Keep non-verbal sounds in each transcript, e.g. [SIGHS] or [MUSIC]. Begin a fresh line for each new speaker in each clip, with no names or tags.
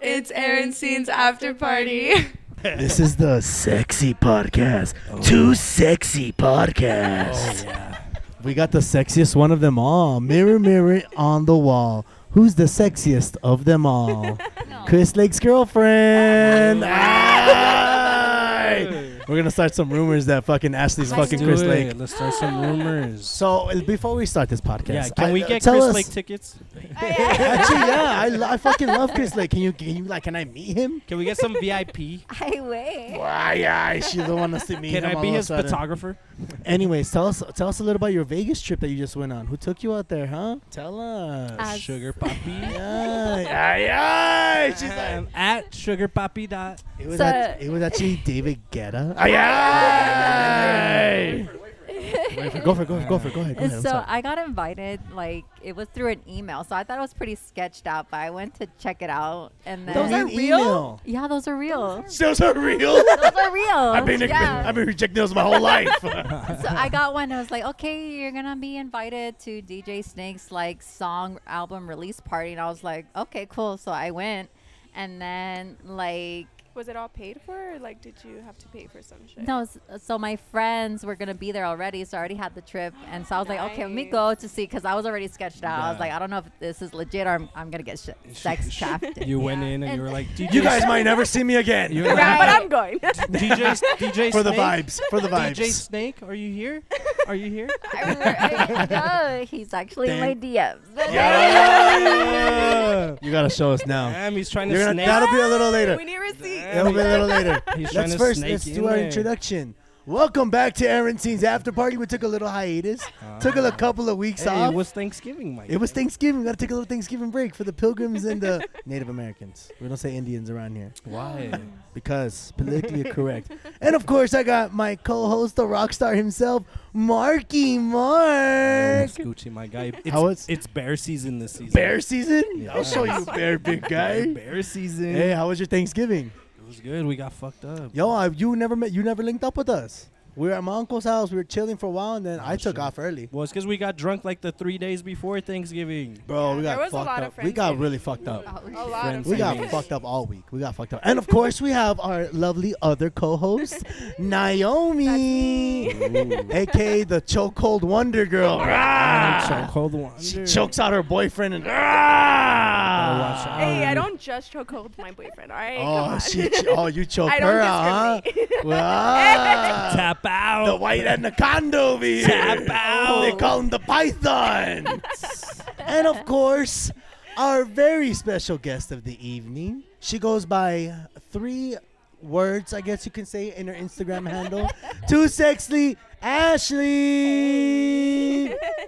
It's Aaron Scene's after party. [LAUGHS]
This is the sexy podcast. Too sexy podcast. Oh, We got the sexiest one of them all. Mirror, mirror on the wall. Who's the sexiest of them [LAUGHS] all? Chris Lake's girlfriend. Ay! We're gonna start some rumors that fucking Ashley's
Let's
fucking
do
Chris
it.
Lake.
Let's start some rumors.
So uh, before we start this podcast,
yeah, can
I-
we
uh,
get
tell
Chris
us-
Lake tickets?
[LAUGHS] Actually, yeah, I, lo- I fucking love [LAUGHS] Chris Lake. Can you, can you like, can I meet him?
Can we get some [LAUGHS] VIP?
[LAUGHS] I wait.
Why, I she don't want us to meet
Can
him.
I
all
be
of a
his
sudden.
photographer?
Anyways, tell us tell us a little about your Vegas trip that you just went on. Who took you out there, huh? [LAUGHS] Tell us.
Us.
Sugar [LAUGHS] Poppy.
Aye, aye. She's like,
Um, at Sugar Poppy dot.
it was,
So-
act- it was actually David Guetta. Wait for- go for it, go for it, go for it, go ahead. Go ahead. I'm
So
sorry.
I got invited, like it was through an email. So I thought it was pretty sketched out, but I went to check it out, and then
Don't need email.
yeah, those are real.
Those are
[LAUGHS]
real.
Those are real. yeah.
been rejecting those my whole [LAUGHS] life.
so I got one. I was like, okay, you're gonna be invited to DJ Snake's like song album release party, and I was like, okay, cool. So I went, and then like
Was it all paid for? Or, like, did you have to pay for some shit?
No, s- so my friends were gonna be there already, so I already had the
[GASPS]
trip, and so I was like, okay, let me
Nice.
go to see, cause I was already sketched out. I was
Yeah.
like, I don't know if this is legit or I'm, I'm gonna get sh-
[LAUGHS]
sex trapped.
You went in and,
And-
you were like, DJ,
you guys might never see me again.
You were
Yeah,
like,
[LAUGHS] but I'm going.
[LAUGHS] DJ, DJ
for the
Snake?
vibes. For the vibes.
DJ Snake, are you here? Are you [LAUGHS] here?
[LAUGHS] I remember,
[LAUGHS]
I- no, he's actually in my
Dang.
DMs. [LAUGHS]
Yeah.
[LAUGHS] you gotta show us now.
[LAUGHS] Damn, he's trying to
You're gonna,
snake.
that'll be a little
[LAUGHS]
later.
we need receipts.
Yeah.
That'll be a little later.
[LAUGHS] He's trying
Let's
to
first
snake
let's
you
do
in
our
there.
introduction. Welcome back to Aaron Scene's after party. We took a little hiatus. took a little couple of weeks
Ah. Hey,
off.
it was Thanksgiving, Mike.
Thanksgiving. We gotta take a little Thanksgiving break for the pilgrims and
[LAUGHS]
the Native Americans. We don't say Indians around here
Why?
because politically correct. And of course, I got my co-host, the rock star himself, Marky Mark.
Gucci, my guy. It's,
How is-
it's bear season this season.
Bear season? I'll
Yes.
show you, bear big guy.
Bear season.
Hey, how was your Thanksgiving?
It was good. We got fucked up.
Yo, I, you never met, you never linked up with us. We were at my uncle's house. We were chilling for a while, and then I took
shit.
off early.
Well, it's because we got drunk like the three days before Thanksgiving.
Bro, we
There
got
was a
fucked
lot of
up. We got
friendsgiving.
really fucked up.
A
Oh,
lot of
Friends
We got
Friendsgiving.
fucked up all week. We got fucked up. Oh, And of course, we have our lovely other [LAUGHS] co-host, Naomi, aka the chokehold wonder girl.
Choke hold one.
Ah. She chokes out her boyfriend and. Ah!
Hey, I don't just choke hold my boyfriend. All right.
Oh,
Come
she,
on. [LAUGHS]
oh, you choke
I don't
her out, huh?
discriminate.
Well,
[LAUGHS]
ah.
Tap out.
The white anaconda over here.
Tap out.
They call him
[LAUGHS]
the python. and of course, our very special guest of the evening. She goes by three words, I guess you can say, in her Instagram
[LAUGHS]
handle. Too sexy,
[LAUGHS]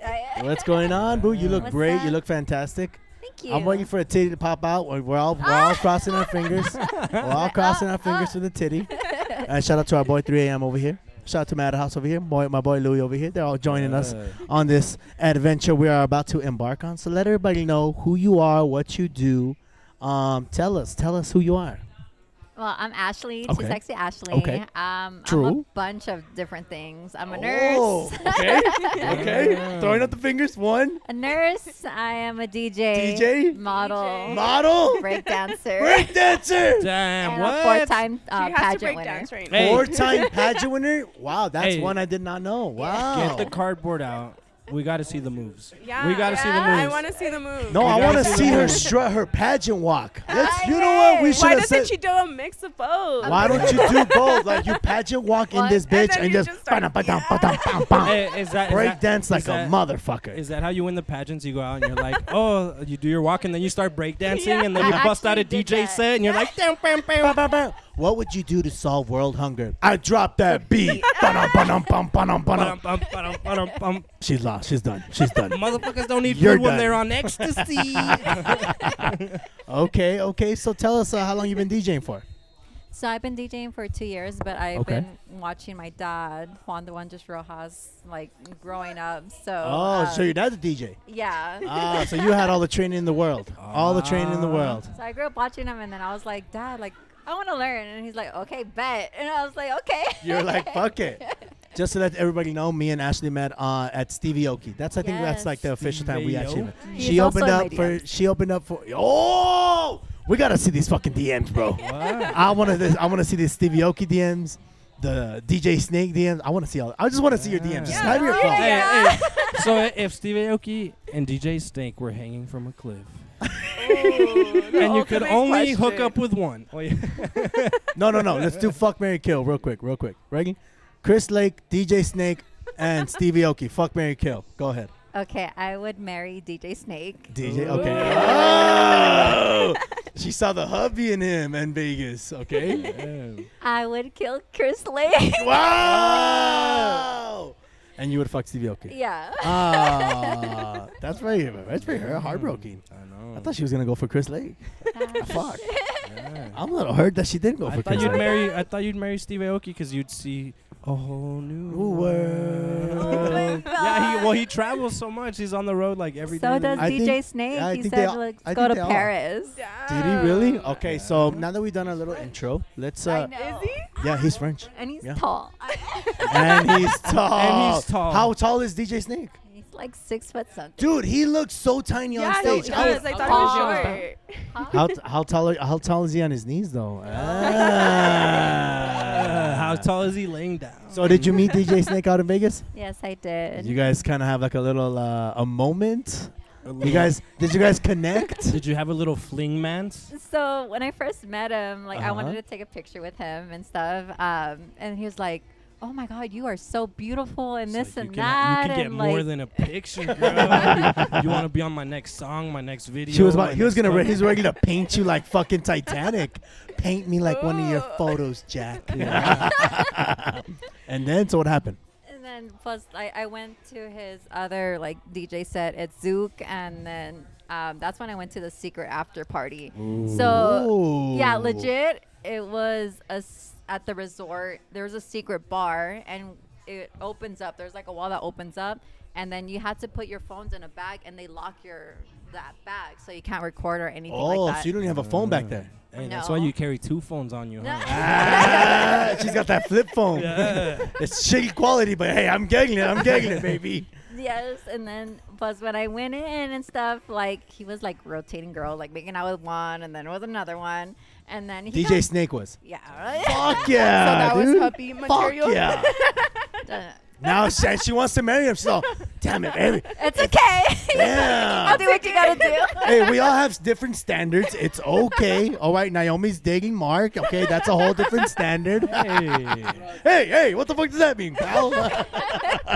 Ashley. What's going on, boo? You look
What's
great. You
up?
look fantastic.
Thank you. Ah!
I'm waiting for a titty to pop out. We're, we're all we're all crossing our fingers. We're
[LAUGHS]
all crossing our fingers for the titty. And shout out to our boy 3 a.m. over here. Shout out to Madhouse over here. Boy, my boy Louie over here. They're all joining us
Yeah.
on this adventure we are about to embark on. So let everybody know who you are, what you do. Um, tell us, tell us who you are.
Well, I'm Ashley,
Okay.
too sexy Ashley.
Okay.
Um, I'm
True.
a bunch of different things. I'm a
Oh,
[LAUGHS] nurse.
okay, okay. Throwing up the fingers. One
A nurse. I am a DJ.
DJ?
Model.
model,
Break dancer.
break dancer,
Damn.
and a
what?
four-time uh,
she has to
pageant
break
winner.
dance right now.
Hey.
four-time pageant winner. Wow, that's
Hey.
one I did not know. Wow.
Get the cardboard out. We got to see the moves.
Yeah.
We got to see the
I
moves.
want to see the move.
No,
You
I
gotta
want to
see the
see her
move.
strut her pageant walk. Let's, you know what? We should
Why
have
doesn't
said.
she do a mix of both?
Why don't
[LAUGHS]
you do both? Like you pageant walk in
What?
this
And
bitch
then
and
you
just,
just start-
ba-dum, ba-dum, ba-dum, bam, bam.
[LAUGHS] Hey, Eh, is that is
break
that-
dance like
is
a
that-
motherfucker.
Is that how you win the pageants? You go out and you're
[LAUGHS]
like, oh, you do your walk and then you start breakdancing and then
I
you bust out a
actually did
DJ
that.
set and you're like, damn, bam,
Ba,
bam.
ba, ba. What would you do to solve world hunger? I dropped that
[LAUGHS]
beat. Ba-dum, ba-dum, bum, ba-dum,
Bum,
ba-dum.
bum, bum, bum,
[LAUGHS]
bum.
She's lost. She's done. She's
[LAUGHS]
done.
Motherfuckers don't need
You're
food when
done.
they're on
[LAUGHS]
ecstasy.
Okay, okay. So tell us uh, how long you been DJing for.
So I've been DJing for two years, but I've
Okay.
been watching my dad, Juan the One Just Rojas, like growing up. So
Oh, so
um,
you're not a DJ.
yeah.
Ah, so you had all the training in the world. All the training
Ah.
in the world.
so I grew up watching him, and then I was like, Dad, like I want to learn, and he's like, Okay, bet, and I was like,
[LAUGHS]
Okay.
You're like, fuck it. Just to let everybody know, me and Ashley met uh, at Stevie Oki. That's I think that's like the official time we
Stevie
actually
Oki.
met.
He's
She
also
opened
in my
up for
DMs.
she opened up for oh We gotta see these fucking DMs, bro.
What?
I want to. I want to see the Stevie Aoki DMs, the DJ Snake DMs. I want to see all. I just want to see your DMs. Just
Yeah.
snipe your
Oh,
phone.
Hey, hey,
[LAUGHS]
so i- if Steve Aoki and DJ Snake were hanging from a cliff,
[LAUGHS]
and you could only hook up with one, oh,
[LAUGHS]
yeah.
No, no, no. Let's do fuck Mary Kill real quick, real quick. Reggie, Chris Lake, DJ Snake, and Stevie Aoki. Fuck Mary Kill. Go ahead.
Okay, I would marry DJ Snake.
DJ. Okay. Oh! she saw the hubby in him in Vegas. [LAUGHS]
Oh,
Okay.
[LAUGHS] I would kill Chris Lake. [LAUGHS]
wow. [LAUGHS] And you would fuck Stevie Aoki.
yeah.
Ah, that's very, that's very heartbroken.
I know.
I thought she was gonna go for Chris Lake.
Ah,
Uh,
[LAUGHS] Fuck.
Yeah.
I'm a little hurt that she didn't go
I
for
thought
Chris
you'd
Lake.
marry. I thought you'd marry Steve Aoki because you'd see a whole new
New world.
Oh my [LAUGHS]
yeah, he, well, he
God.
travels so much. He's on the road like every day.
so does
I
DJ
think-
Snake.
I
he
think
said,
they all-
let's
I
go
think
to
they all-
Paris.
Did he really? Okay, so now that we've done our little intro, let's. Uh,
know.
yeah, he's French.
And he's
Yeah.
tall.
[LAUGHS] and he's tall.
And he's tall.
How tall is DJ Snake?
he's like six foot something.
Dude, he looks so tiny
Yeah,
on
he
stage. How-
does. I thought
Oh.
he was short.
How, t- how tall are, how tall is he on his knees
[LAUGHS]
though?
Uh,
Ah.
how tall is he laying down?
So did you meet DJ Snake out in Vegas?
Yes, I did.
You guys kind of have like a little uh, a moment.
A
You
little-
guys did you guys
[LAUGHS]
connect?
Did you have a little fling man's?
so when I first met him, like I wanted
Uh-huh.
to take a picture with him and stuff. Um, and he was like, "Oh my God, you are so beautiful and
It's
this
like,
and
you
that."
Can, you can get
and
more
like, [LAUGHS]
than a picture, girl. you want to be on my next song, my next video.
She was
my
about, he was
next
gonna re-
fucking-
he's ready to paint you like fucking Titanic. Paint me like one of your
Oh.
photos,
[LAUGHS]
Jack. [LAUGHS] and then so what happened?
And then plus, I, I went to his other like DJ set at Zook, and then um, that's when I went to the secret after party. So Oh, yeah,
Ooh.
legit, it was a s- at the resort. There was a secret bar, and it opens up. There's like a wall that opens up, and then you had to put your phones in a bag, and they lock your that bag so you can't record or anything
Oh,
like that.
so you don't
Uh.
even have a phone back there.
[LAUGHS]
[LAUGHS]
Hey, that's why
No.
you carry two phones on you.
[LAUGHS]
Huh?
Ah, she's got that flip phone.
Yeah.
It's shitty quality, but hey, I'm getting it. I'm getting it, baby.
Yes, and then plus when I went in and stuff, like he was like rotating girl, like making out with one, and then with another one, and then he
DJ
got-
Snake was.
yeah, right?
Fuck yeah,
so that was
dude.
puppy
Fuck
material.
yeah. now she, she wants to marry him. She's all, damn it, baby.
[LAUGHS] it's okay.
Yeah.
[LAUGHS] I'll do what you gotta do.
Hey, we all have s- different standards. It's okay. All right, Naomi's dating Mark. Okay, that's a whole different standard.
Hey,
Hey, hey, what the fuck does that mean, pal? [LAUGHS] hey,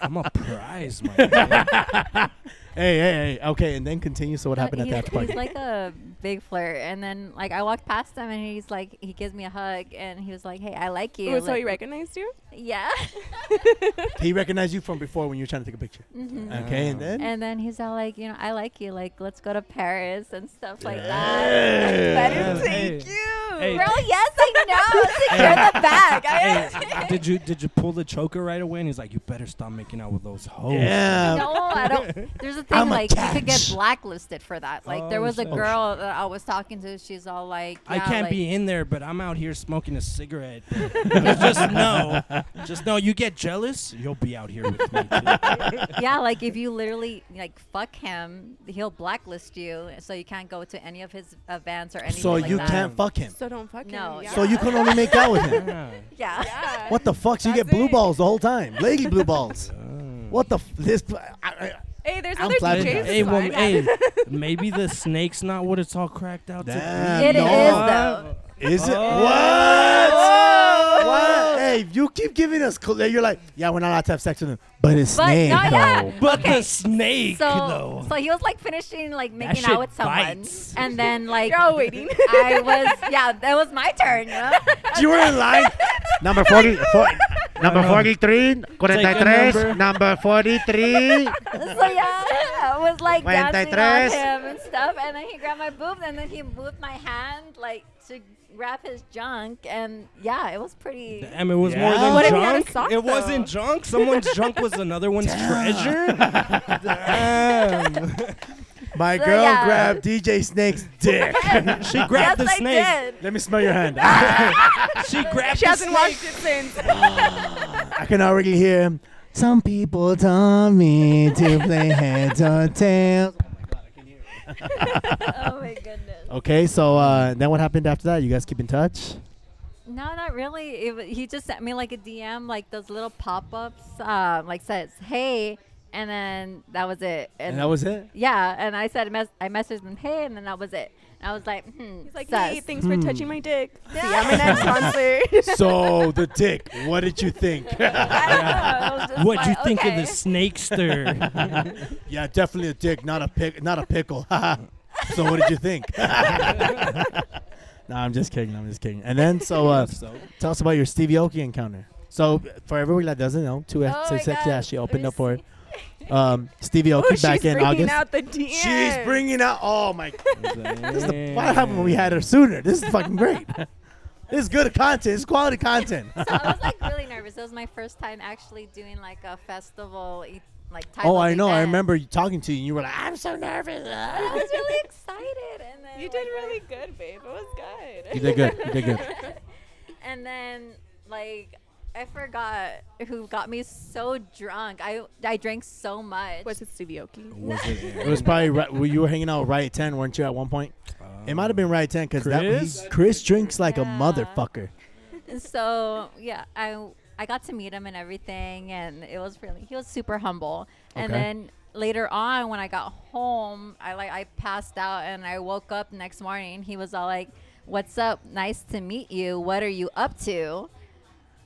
I'm a prize,
[LAUGHS]
my man.
hey, hey. Okay, and then continue. So what happened at
he's,
the after party?
He's Uh, like a big flirt, and then like I walked past him, and he's like, he gives me a hug, and he was like, "Hey, I like you."
Ooh, Oh, so
like-
he recognized you? [LAUGHS]
Yeah.
he recognized you from before when you were trying to take a picture.
Mhm.
Okay, and then?
And then he's all like, you know, I like you. Like, let's go to Paris and stuff like that.
Let
Yeah.
him
Hey.
take you.
Hey.
Girl, yes, I know. [LAUGHS] Secure the bag.
Hey, did you did you pull the choker right away? And he's like, you better stop making out with those hoes.
Yeah.
no, I don't. There's a thing
I'm a
like you could get
catch.
blacklisted for that. Like there
Oh,
was a
shit. Oh,
girl that I was talking to. She's all like,
I
yeah,
can't
like-
be in there, but I'm out here smoking a
[LAUGHS]
cigarette. just know, just know, you get jealous, you'll be out here with me.
[LAUGHS]
Too.
yeah, like if you literally like fuck him, he'll blacklist you, so you can't go to any of his events or anything.
So
like
you
that.
can't fuck him.
So don't fuck
No,
him.
yeah.
So you can only make out with him.
Yeah.
Yeah.
Yeah.
What the fuck? So you get
That's
blue
it.
balls the whole time, lady blue balls.
[LAUGHS] Oh.
What the f- this? pl- I, I,
Hey, there's
I'm
other
flattered.
DJs.
Hey,
it's
well,
fine.
hey, maybe the snake's not what it's all cracked out
Damn,
to
It is
no.
though.
Is it
Oh.
what? What? Hey, you keep giving us. cl- You're like, yeah, we're not allowed to have sex with him, but it's
But
snake
no, yeah.
though.
be. But the snake,
So,
though.
so he was like finishing like making
shit
out with someone,
bites.
and then like
You're all
[LAUGHS]
waiting.
I was yeah, that was my turn. You know?
You were in line.
[LAUGHS]
Number forty. For,
number know.
43,
number.
number [LAUGHS] 43.
so yeah, I was like dancing on
43.
him and stuff, and then he grabbed my boob, and then he moved my hand like to grab his junk, and yeah, it was pretty.
Damn, it was
Yeah.
more than
What if
he had a
junk.
sock,
it
though?
wasn't junk. Someone's junk was another one's treasure. Damn.
My
So,
girl
yeah.
grabbed DJ Snake's
[LAUGHS]
dick.
She grabbed
yes,
the
I
snake.
did.
Let me smell your hand. Ah,
She grabbed
She
the
hasn't
snake.
watched it since.
I can already hear him. Some people taught me to play heads or tails.
oh my goodness.
Okay, so uh, then what happened after that? You guys keep in touch?
No, not really. It, wa- he just sent me like a DM, like those little pop-ups, um, like says, "Hey," and then that was it.
And that was it?
yeah, and I said, mes- I messaged him, "Hey," and then that was it. And I was like, hmm,
He's like,
sus.
hey, thanks for
Hmm.
touching my
[LAUGHS]
dick. See you at my next concert.
[LAUGHS] so, the dick, what did you [LAUGHS] think?
I don't know. I was just
What do you
like,
think of
okay.
the snakester?
yeah, definitely a dick, not a pick, not a pickle. [LAUGHS] so, what did you [LAUGHS] think? no, I'm just kidding. I'm just kidding. And then, so uh, tell us about your Stevie Aoki encounter. So, for everyone that doesn't know, two
Oh
six
my
six.
God.
Yeah, she opened up for
We're
it. Um, Stevie
Oh,
[LAUGHS]
Aoki
she's
back in
bringing
August.
out the DM.
She's bringing out. Oh [LAUGHS] my!
this
This is the, what happened when we had her sooner? This is fucking great. this is good content. This is quality [LAUGHS] content.
so [LAUGHS] I was like really nervous. It was my first time actually doing like a festival, e- like type
oh,
of
I know. I
event.
remember you talking to you, and you were like, "I'm so nervous."
I was really excited, and then
You
like,
did
I-
really good, babe. It was good.
You did good. You did good.
and then like I forgot who got me so drunk. I I drank so much.
Was it Stevie Aoki?
Was
[LAUGHS]
it,
It was probably right, well, you were hanging out with Riot Ten, weren't you? At one point, it might have been Riot Ten because
Chris?
Chris drinks like
Yeah.
a motherfucker.
And so yeah, I I got to meet him and everything, and it was really he was super humble. And
Okay.
then later on, when I got home, I like I passed out and I woke up next morning. He was all like, "What's up? Nice to meet you. What are you up to?"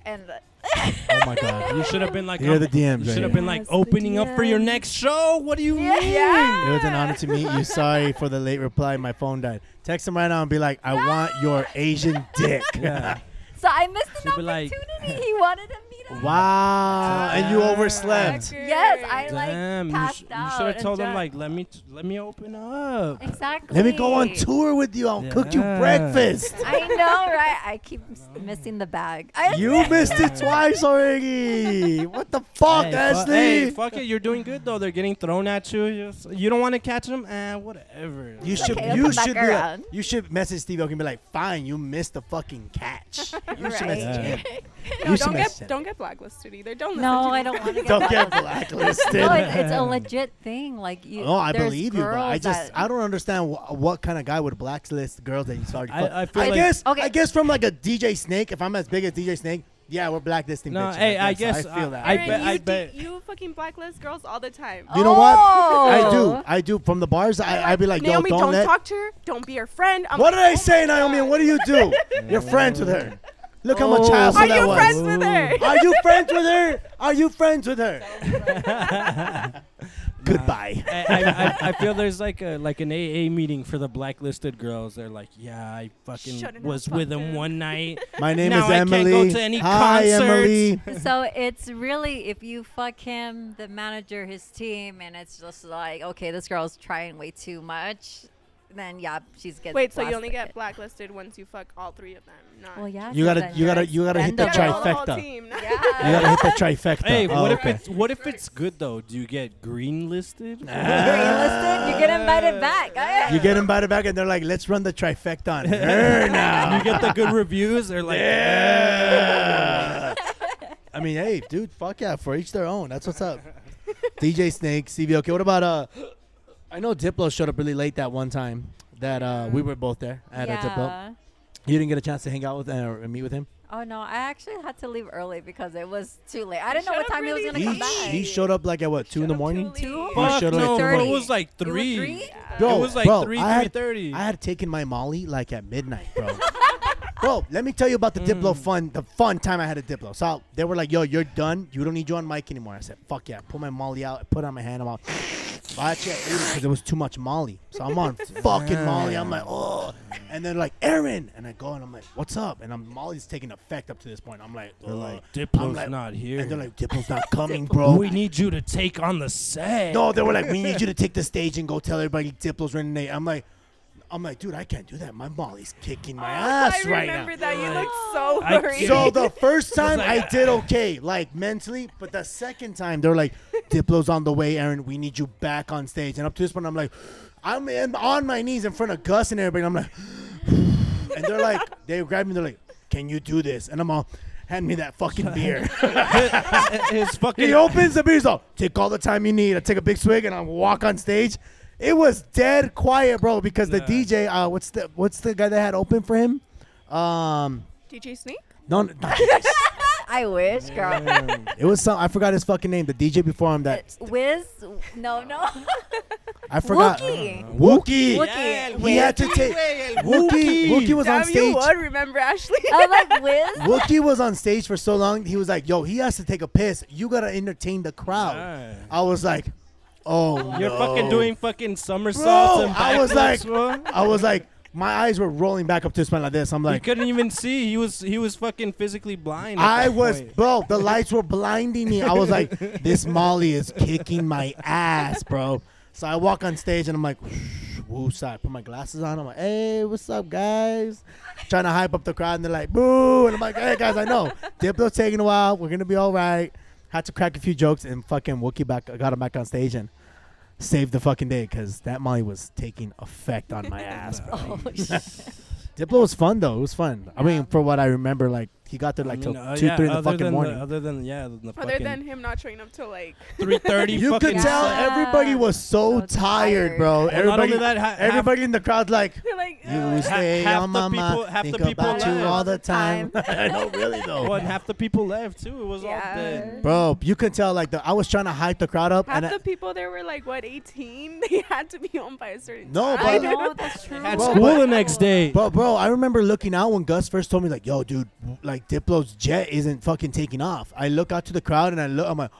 And
Oh my god!
You should have been like.
Here are the
um,
DMs
You
right
should have
here.
been like
Yes, the
opening up for your
DMs.
next show. What do you
Yeah.
mean?
Yeah.
[LAUGHS] It was an honor to meet you. Sorry for the late reply. My phone died. Text him right now and be like, "I want your Asian [LAUGHS] dick."
Yeah.
[LAUGHS] so I missed an
She'd be like-
opportunity. he wanted to meet
[LAUGHS]
us.
Wow! And you overslept.
Yes, I
Damn,
like
you,
passed
sh- you
out.
should have
and
told him
drank.
like, let me, t- let me open up.
exactly.
Let me go on tour with you. I'll cook you
Yeah.
breakfast.
I know, right? I keep s- missing the bag.
[LAUGHS]
I [LAUGHS]
You missed it twice already. What the fuck,
hey, fu-
Ashley?
hey, fuck it. You're doing good though. They're getting thrown at you. You, s- you don't want to catch them. Eh, whatever.
you should
okay, I'll
you
come back
should be like,
around.
you should message Steve Aoki and be like, "Fine, you missed the fucking
[LAUGHS]
catch." You should
Right.
message
[LAUGHS]
him.
No,
You should
don't
mess
get
it.
don't get blacklisted either. Don't listen to
no, I
these
don't want to get
Don't
that
get
one.
blacklisted.
No, it's, it's a legit thing. Like you.
No, Oh, I
there's
believe you, but I
girls
just
that-
I don't understand wh- what kind of guy would blacklist girls that you saw.
I- I feel
I
like-
guess
Okay.
I guess from like a DJ Snake. If I'm as big as DJ Snake, yeah, we're blacklisting.
No,
bitches.
hey, I guess
I feel that.
I
Aaron,
bet-
you,
I
d-
bet-
you fucking blacklist girls all the time.
you know what? I
Oh.
do. I do. From the bars, I I be like, yo,
Naomi,
don't,
don't
let.
talk to her. Don't be her friend. I'm
What
like,
did I
oh
say,
my
Naomi?
God.
And what do you do? You're friends with her. Look how much
Oh.
hassle
Are
that
you
was.
friends with her?
Are you friends with her? Are you friends with her?
[LAUGHS]
Goodbye.
I, I, I, I feel there's like a like an AA meeting for the blacklisted girls. They're like, yeah, I fucking
Shouldn't have
was with
fucked
him
him."
one night.
My name
Now
is
I can't go
Emily.
to any
Hi,
concerts.
Emily.
[LAUGHS] So it's really if you fuck him, the manager, his team, and it's just like, okay, this girl's trying way too much. Then yeah, she's getting.
Wait, so you only get
blasted.
blacklisted once you fuck all three of them. Not
Well, yeah.
You
so
gotta-
then
you gotta-
you're
you gotta hit the
You
Yeah,
gotta roll
expendable.
the whole
trifecta.
team, [LAUGHS] not-
Yeah.
You gotta hit the trifecta.
Hey,
Oh,
what
okay.
if it's what if it's good though? Do you get green listed?
You're enlisted, you get invited back. [LAUGHS]
you get invited back and they're like, let's run the trifecta on
[LAUGHS]
her now.
you get the good reviews. They're like, "Eh,
Yeah. [LAUGHS] I mean, hey, dude, fuck yeah. For each their own. That's what's up. DJ Snake, CV. Okay, what about uh? I know Diplo showed up really late that one time that uh we were both there at a Diplo.
yeah.
You didn't get a chance to hang out with uh, or meet with him.
Oh no, I actually had to leave early because it was too late. I didn't know
showed
what
up
time he
really
was
He,
gonna come
late.
back.
he showed up like at what two in the morning.
Two?
Two.
fuck
showed up
no,
at
bro, it
30.
was like
It was
three.
three?
Bro,
it was like
bro,
three,
I had-
three thirty.
I had taken my Molly like at midnight, bro. bro, let me tell you about the
Hmm.
Diplo fun, the fun time I had at Diplo. So they were like, yo, you're done. You don't need you on mic anymore. I said, fuck yeah. Put my Molly out. Put it on my hand. I'm out. I actually because it was too much Molly. So I'm
[LAUGHS]
on fucking Molly. I'm like, oh. And they're like, Aaron. And I go and I'm like, what's up? And I'm Molly's taking effect up to this point. I'm like,
They're
"Ugh."
like,
I'm
"Diplo's
like-
not here."
And they're like, Diplo's
[LAUGHS]
not coming, bro.
we need you to take on the set.
No, they were like, we need you to take the stage and go tell everybody Diplo's running late. I'm like, I'm like, dude, I can't do that. My Molly's kicking my ass
Oh, I
right now.
remember that. You look so
I
worried.
get
So
it.
the first time I,
like,
did okay, like mentally, but the second time they're like, Diplo's on the way, Aaron. We need you back on stage. And up to this point, I'm like, I'm in, on my knees in front of Gus and everybody. and I'm like, and they're like, [SIGHS] they grab me. They're like, can you do this? And I'm all, hand me that fucking beer.
his
He
fucking
opens the beer. He's all, take all the time you need. I take a big swig and I walk on stage. It was dead quiet, bro, because the
Nah.
DJ, uh, what's the what's the guy that had open for him? Um,
DJ Snake?
no, no
[LAUGHS]
I wish, girl.
it was some. I forgot his fucking name. The DJ before him that
It- Uh, Wiz?
[LAUGHS]
No, no.
I forgot.
Wookie.
Wookie.
Wookie.
He had to take Wookie. Wookie was on
Damn, you
stage.
would remember Ashley.
[LAUGHS] I was Oh,
[LAUGHS]
like, Wiz?
Wookie was on stage for so long. He was like, "Yo, he has to take a piss. You gotta entertain the crowd."
Nice.
I was like, "Oh,
You're
no."
fucking doing fucking somersaults
Bro,
and
I was
backflips,
like-
bro.
I was like, my eyes were rolling back up to his spine like this. I'm
you
like,
couldn't even see. He was he was fucking physically blind. at
I
that
was,
point.
bro. The lights were blinding me. I was like, this Molly is kicking my ass, bro. So I walk on stage and I'm like, woo side. Put my glasses on. I'm like, hey, what's up, guys? Trying to hype up the crowd and they're like, boo. And I'm like, hey, guys, I know Diplo's taking a while. We're gonna be all right. Had to crack a few jokes and fucking Wookie back. I got him back on stage and saved the fucking day because that Molly was taking effect on my ass, bro.
[LAUGHS] Oh, shit.
Diplo was fun though. It was fun. I mean,
Yeah.
for what I remember, like he got there
I
like
mean,
till
uh,
two,
yeah,
three in the
other
fucking
than
morning.
other than yeah, the
Other
fucking
than him not showing up till like.
[LAUGHS] three thirty.
you could
fucking
tell
Yeah.
everybody was so,
So
tired,
tired.
bro.
Well, not
everybody,
only that, ha- half-
everybody in the crowd like
They're like,
you
"Ugh."
ha-
stay
half
on my
the people-
mind,
half the
think
people
about you
left.
all the time. [LAUGHS] I know, really though,
Well, and half the people left too. It was all
Yeah.
dead.
bro. You could tell like the I was trying to hype the crowd up,
half
and I-
the people there were like, what, 18? [LAUGHS] They had to be home by a certain
No,
time.
I
but-
know, that's true.
Had
Bro,
school
but-
the next day.
But bro, I remember looking out when Gus first told me like, "Yo, dude, like Diplo's jet isn't fucking taking off." I look out to the crowd and I look. I'm like,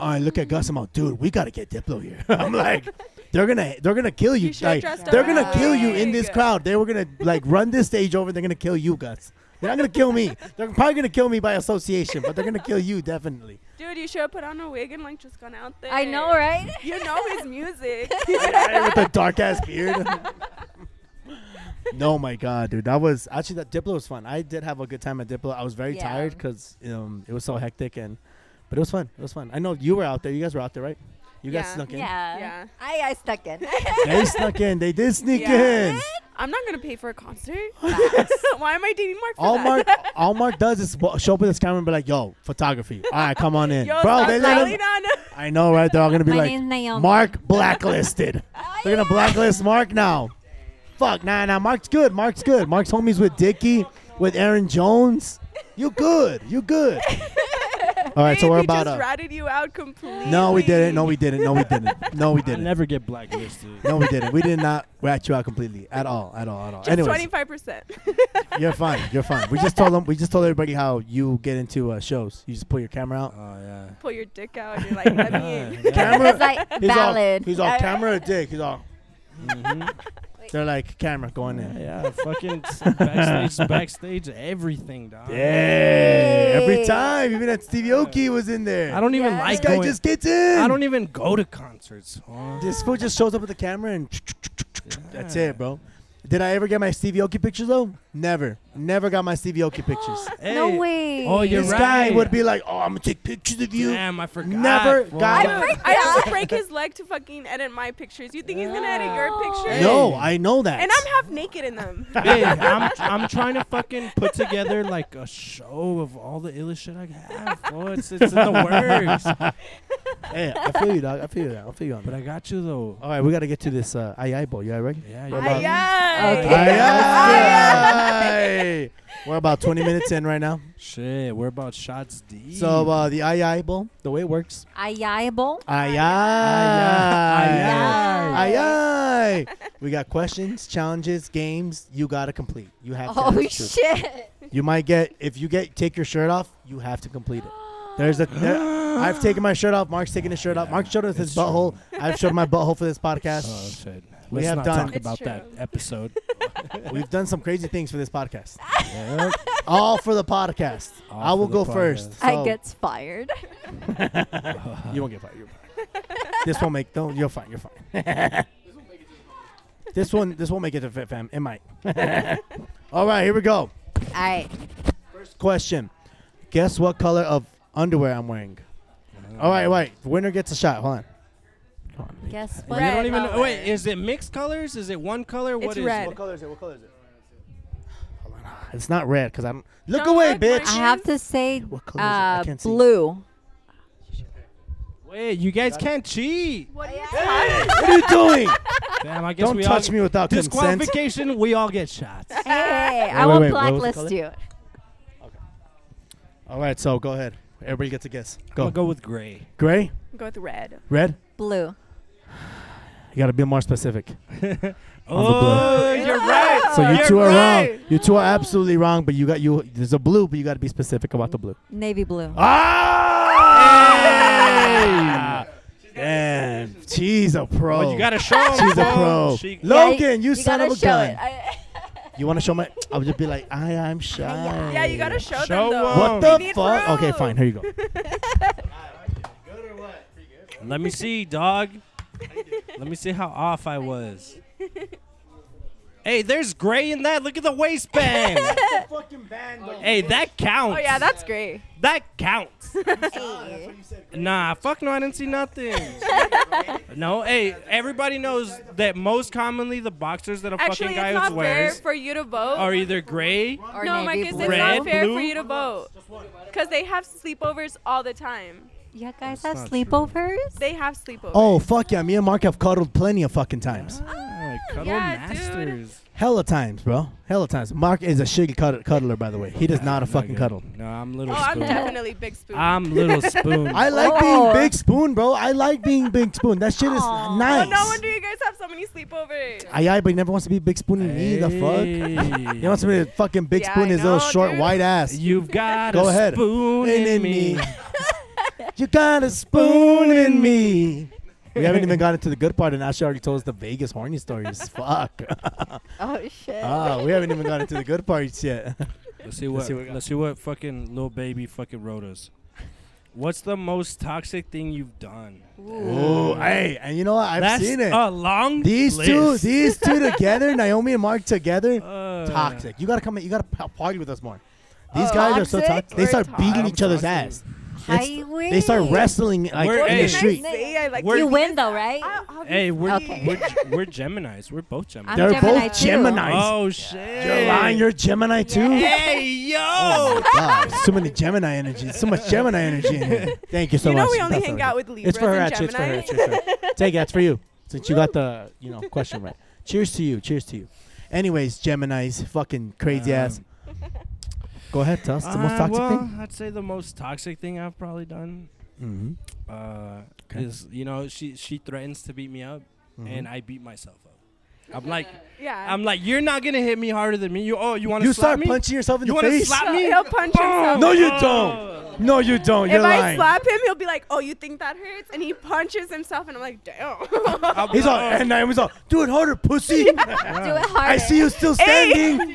I look at Gus. I'm like, dude, we gotta get Diplo here. [LAUGHS] I'm like, they're gonna they're gonna kill you.
You should've
like,
dressed
up
they're gonna
as
kill you in this
Big.
crowd. They were gonna like run this stage over. They're gonna kill you, Gus. They're not gonna kill me. They're probably gonna kill me by association, but they're gonna kill you definitely.
Dude, you should have put on a wig and like just gone out there.
I know, right?
You know his
[LAUGHS]
music.
Yeah, [LAUGHS] with the dark ass beard. no, my God, dude, that was actually that Diplo was fun. I did have a good time at Diplo. I was very
Yeah.
tired because um, it was so hectic and, but it was fun. It was fun. I know you were out there. You guys were out there, right? You guys
Yeah.
snuck in.
[LAUGHS] Yeah.
Yeah.
I, I stuck in.
They snuck in. They did sneak
Yeah.
in.
I'm not gonna pay for a concert.
[LAUGHS]
Facts.
[LAUGHS] Why am I dating Mark? For
All
that?
Mark, all Mark does is wa- show up with his camera and be like, "Yo, photography. All right, come on
[LAUGHS]
in,
Yo,
bro."
stop
They let
smiling
him.
on us.
I know, right? They're all gonna be
My
like,
name's Naomi. [LAUGHS]
"Mark blacklisted." They're gonna blacklist Mark now. Fuck, nah, nah. Mark's good. Mark's good. Mark's homies with Dicky, with Aaron Jones. You good. You good. All right, so
Babe,
we're
he
about
just
a.
ratted you out completely.
No, we didn't. No, we didn't. No, we didn't. No, we
I
didn't.
never get blacklisted.
No, we didn't. We did not rat you out completely at all. At all. At all.
Just
Anyways,
twenty five percent. [LAUGHS]
you're fine. You're fine. We just told them. We just told everybody how you get into uh, shows. You just pull your camera out.
Oh yeah.
Pull your dick out. And you're like, let me in.
[LAUGHS] Yeah.
Camera.
It's like
He's
valid.
all. He's all
I-
camera or dick. He's all.
Mhm.
They're like camera going in.
Yeah, yeah, fucking s-
[LAUGHS]
backstage, backstage, everything, dog.
Yeah, every
Hey.
time. Even at Stevie Oki was in there.
I don't even
Yeah.
like
This guy
going.
just gets in.
I don't even go to concerts. huh?
e- This fool just shows up with the camera and that's
Yeah.
it, bro. Did I ever get my Stevie Oki pictures though? Never, never got my Stevie Oki pictures.
No
Hey,
way.
Oh, you're
this guy
right.
would be like, "Oh, I'm gonna take pictures of you."
Damn, I forgot.
Never
fool.
got-
I, [LAUGHS]
freaked
have
out.
to break his leg to fucking edit my pictures. You think he's gonna edit your pictures?
No, I know that.
And I'm half naked in them.
hey, I'm, I'm trying to fucking put together like a show of all the illest shit I have. fool. it's, it's in the works.
hey, I feel you, dog. I feel you. I feel you on
But
that.
I got you though.
All right, we gotta get to this uh, aye aye bowl. You all right?
Yeah,
What
yeah.
about-
yeah.
Okay.
Aye,
Aye,
aye. We're about 20 minutes in right now.
Shit, we're about shots deep.
So uh, the aye aye bowl, the way it works.
Ayayable.
Aye aye.
Aye,
Aye, aye. We got questions, challenges, games. You gotta complete. You have to.
Oh
have to.
shit.
You might get if you get take your shirt off. You have to complete it. There's a. there- I've taken my shirt off. Mark's taking his shirt off. Mark showed us his
it's true.
butthole. I've showed my butthole for this
Oh
podcast.
shit.
We
Let's
have
not
done-
talk
It's
about that
true.
episode.
We've done some crazy things for this
[LAUGHS]
podcast.
Yep.
All for the podcast.
All
I will
for the
go first.
podcast.
I
So-
gets fired.
[LAUGHS] You won't get fired. You're fine. this won't make. Don't. You're fine. You're fine. [LAUGHS] this one. This won't make it to Fit Fam. It might. [LAUGHS] All right. Here we go.
I
Question. Guess what color of underwear I'm wearing? All right, wait. Winner gets a shot. Hold on.
guess
You
what?
don't even know.
color?
Wait, is it mixed colors? Is it one color? What
It's
is
red.
it?
color is it? What color is it? ah, It's not red because I'm. Look
Don't
away,
look,
bitch.
I have to say
What color is it? I
uh,
can't see.
blue.
Wait, you guys can't cheat.
What are you
what are you
[LAUGHS]
doing?
Damn, I guess
Don't
we
touch
all,
me without consent.
Disqualification. we all
[LAUGHS]
get shots.
Hey, I
wait, wait, what
will
was it
blacklist
called?
you.
All right, so go ahead. Everybody gets a guess.
I'll
Go.
go with gray.
Gray,
Go with red.
red.
Blue.
You gotta be more specific.
oh,
blue.
you're right.
So you
You're
two are
right.
wrong. You two are absolutely wrong. But you got you. There's a blue, but you gotta be specific about the blue.
Navy
Uh,
blue.
Ah! Damn, she's a pro.
Well, you gotta show 'em,
She's a
bro.
pro.
She-
Logan,
Yeah,
you, son
gotta
of a
show
gun.
it. I-
You want to show my? I would just be like, I am shy.
Yeah, you gotta show, them
Show
though.
them.
What
We
the
need
fuck?
proof.
Okay, fine. Here you go.
Let me see, dog. Let me see how off I was. Hey, there's gray in that. Look at the waistband. hey, that counts.
Oh yeah, that's great.
that counts. Nah, fuck no, I didn't see nothing. no, hey, everybody knows that most commonly the boxers that a
Actually,
fucking guy
it's not
wears
fair for you to vote.
are either gray.
or
no,
navy
Marcus,
blue.
it's not
Red,
fair
blue?
for you to vote. Because they have sleepovers all the time.
You guys have
not true.
sleepovers?
They have sleepovers.
Oh fuck yeah! Me and Mark have cuddled plenty of fucking times.
Ah, cuddle
yeah, dude.
masters.
Hella times, bro. Hella times. Mark is a shitty cuddler, cuddler by the way. He does not a
I'm
fucking
good.
cuddle.
No, I'm little
Oh, I'm
spoon. I'm,
definitely big spoon.
little
[LAUGHS]
spoon.
I like
Oh.
being big spoon, bro. I like being big spoon. That shit is
Aw.
Oh,
nice.
no wonder you guys have so many sleepovers.
Aye, aye, but he never wants to be big spoon in me. The fuck?
Hey.
He wants to be a fucking big
Yeah,
spoon.
I
His little
know,
short
dude.
white ass.
You've got
Go
a
ahead.
spoon
[LAUGHS]
in, me.
you got a spoon in me. We haven't
[LAUGHS]
even gotten to the good part, and Ashley already told us the Vegas horny stories. Fuck.
Oh shit.
ah, we haven't even gotten to the good parts yet.
Let's see
see
what let's see
what we
what,
got.
fucking little baby fucking wrote us. What's the most toxic thing you've done?
oh, hey, and you know what? I've
That's
seen it.
a long
these two,
list.
these two together, Naomi and Mark together,
Uh, Oh.
toxic. You gotta come. You gotta p- party with us more. These guys are so
Toxic?
toxic. They
We're
start beating
I'm
each other's
toxic.
ass. It's- They start wrestling like
We're-
What
in
hey.
the
can I
street.
say? I like
We're-
to
You
be
win though,
the-
right?
I- I'll be-
Hey, we're
Okay.
we're G- we're Gemini's. We're
[LAUGHS]
both Gemini.
I'm
They're
Gemini
both
too.
Gemini's.
Oh shit!
You're lying. You're Gemini too. [LAUGHS]
Hey yo!
Oh my God, there's so many Gemini energy. So much Gemini energy in here. Thank you so
you
much.
know we only
That's
hang
all
out
right.
with Libras
It's for her,
and
actually. It's for her.
Gemini.
It's for her.
[LAUGHS]
Take that's for you. Since you got the you know question right. Cheers to you. Cheers to you. Anyways, Gemini's fucking crazy ass. Go ahead, tell us the most
Um. Uh,
toxic
well,
thing.
I'd say the most toxic thing I've probably done
Mm-hmm.
uh,
'Kay.
is you know she she threatens to beat me up,
Mm-hmm.
and I beat myself up.
[LAUGHS]
I'm like
Yeah.
I'm like you're not gonna hit me harder than me. You oh you want to
You
slap
start
me?
punching yourself in
You
the
wanna
face.
slap
So
me?
He'll punch himself.
No, you
Oh.
don't. No, you don't. You're
if I
lying.
slap him, he'll be like, "Oh, you think that hurts?" And he punches himself, and I'm like, "Damn." [LAUGHS]
I'm
He's all,
like, oh.
and Naomi's all, do it harder, pussy.
Do it harder.
I see you
[LAUGHS]
still standing.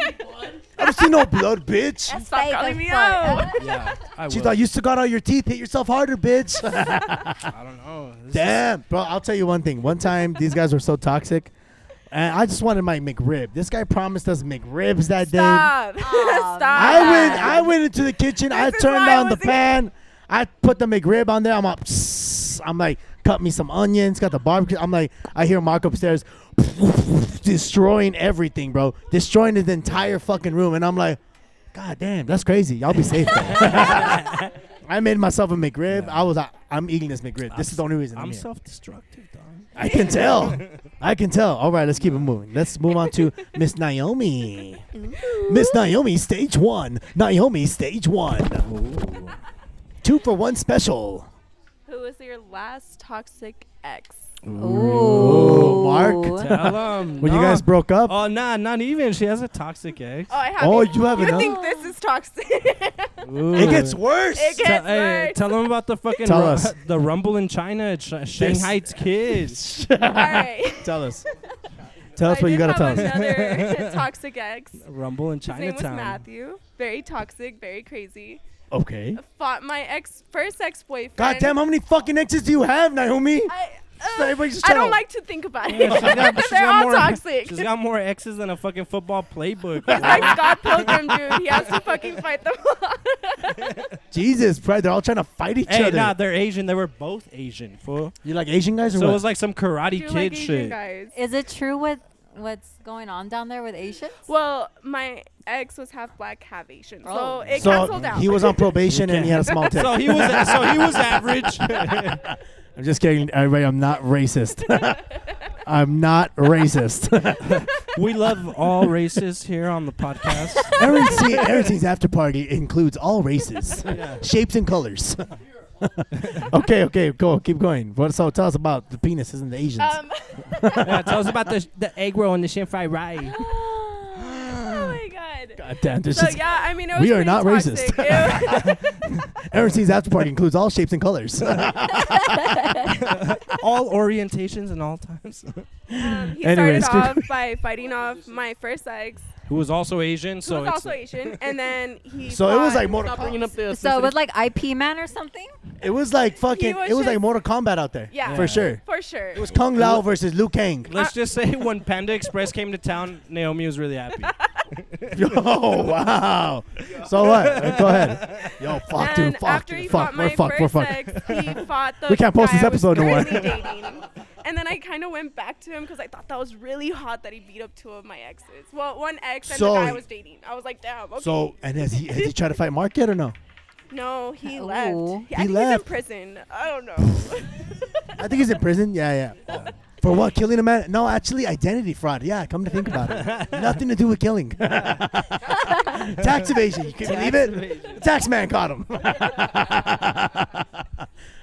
I don't see no blood, bitch.
That's
Stop
fake,
calling
that's
me
fake.
out.
[LAUGHS]
"Oh, Yeah, I
She
will.
thought you still got all your teeth. Hit yourself harder,
[LAUGHS]
bitch.
I don't know. Oh, This
Damn, bro. I'll tell you one thing. One time, these guys were so toxic, and I just wanted my McRib. This guy promised us McRibs that day.
Stop. [LAUGHS]
Um, Aw,
Stop.
I
man.
went. I went into the kitchen. I
This is
turned
why I
on the
wasn't-
pan. I put the McRib on there. I'm up. Psst, I'm like, cut me some onions. Got the barbecue. I'm like, I hear Mark upstairs, [LAUGHS] destroying everything, bro. Destroying his entire fucking room, and I'm like, God damn, that's crazy. Y'all be safe. [LAUGHS] though." I made myself a McRib. I was. I, I'm eating this McRib. this is the only reason I'm,
I'm
here.
self-destructive, dog.
I can tell. I can tell. All right, let's keep it moving. Let's move on to Miss Naomi. Miss Naomi, stage one. Naomi, stage one. Two for one special.
Who was your last toxic ex?
Ooh.
Mark.
Tell 'em,
When you
nah.
guys broke up,
Oh nah, not even. She has a toxic ex.
Oh, I have.
Oh,
it.
you have
You
another?
think this is
[LAUGHS]
toxic? it
it gets worse.
gets
Tell, hey,
worse.
tell them [LAUGHS] about the fucking
Tell
ru-
us.
the rumble in China, at Sh- Shanghai's [LAUGHS]
[LAUGHS]
kids.
All right.
tell us. Tell us
I
what you
did
gotta tell
have
us. [LAUGHS]
Another toxic ex. His
rumble
name
in
was
Chinatown.
Matthew. Very toxic. Very crazy.
Okay.
Fought my ex first ex boyfriend.
God damn, how many fucking exes do you have, Naomi?
I,
Just
uh,
everybody just
I
shut
don't
up.
like to think about
Yeah, she's got-
it.
she's
[LAUGHS] They're
got
all
more-
toxic.
She's got more exes than a fucking football playbook.
[LAUGHS] He's like Scott Pilgrim, dude. He has to fucking fight them
[LAUGHS]
all.
Jesus, Brad, they're all trying to fight each
hey,
other.
nah, they're Asian. They were both Asian, fool.
you like Asian guys or
So it
what?
was like some Karate
Dude,
Kid
like Asian
shit.
guys.
Is it true what what's going on down there with Asians?
Well, my ex was half black, half Asian, so
Oh.
it
So
canceled out.
he was on probation
You
and he had a small dick.
[LAUGHS] So he was so he was average.
I'm just kidding, everybody. I'm not
[LAUGHS]
racist. I'm not racist.
We love all races here on the [LAUGHS] podcast.
Aaron C- Aaron C's after party includes all races, shapes, and
[LAUGHS]
colors. okay, okay, cool. Keep going. What, so tell us about the penises and the Asians. [LAUGHS]
Um, [LAUGHS]
yeah, tell us about the the egg roll and the shin fried rice.
oh my god.
God damn, this
So
is-
yeah, I mean, it was
we are
pretty
not
toxic.
racist.
It
Aaron C's after party includes all shapes and colors.
all orientations and all times.
was-
[LAUGHS]
um, he
Anyways, keep
started off by fighting off my first ex,
Who was also Asian,
who
so
was
it's
also Asian, and then he.
[LAUGHS] so it was
fought-
like Mortal Kombat.
So it was like IP man or something.
It was like fucking.
was
it was like
just-
Mortal Kombat out there.
Yeah.
for sure.
for sure.
[LAUGHS] It was Kung Lao versus Liu Kang. [LAUGHS]
Let's just say when Panda Express came to town, Naomi was
[LAUGHS]
really happy.
oh wow. So what?
[LAUGHS]
Go ahead. Yo, fuck,
and
dude, fuck,
after
dude,
he
fuck.
fought
We're
my
fucked.
first
We're fucked.
ex, he
[LAUGHS]
fought the
We can't post
guy I was
this episode no more.
currently dating. And then I kind of went back to him because I thought that was really hot that he beat up two of my exes. Well, one ex and
So-
the guy I was dating. I was like, damn. Okay.
So, and has he has he
[LAUGHS]
tried to fight Mark yet or no?
no, he
Ooh.
left.
He
I think he's
left.
in prison. I don't know.
I think he's in
[LAUGHS]
prison. Yeah, yeah. For what? Killing a man? No, actually, identity fraud. Yeah, come to think
[LAUGHS]
about it, nothing to do with killing. Tax evasion. You can believe it. Tax man
[LAUGHS]
caught him.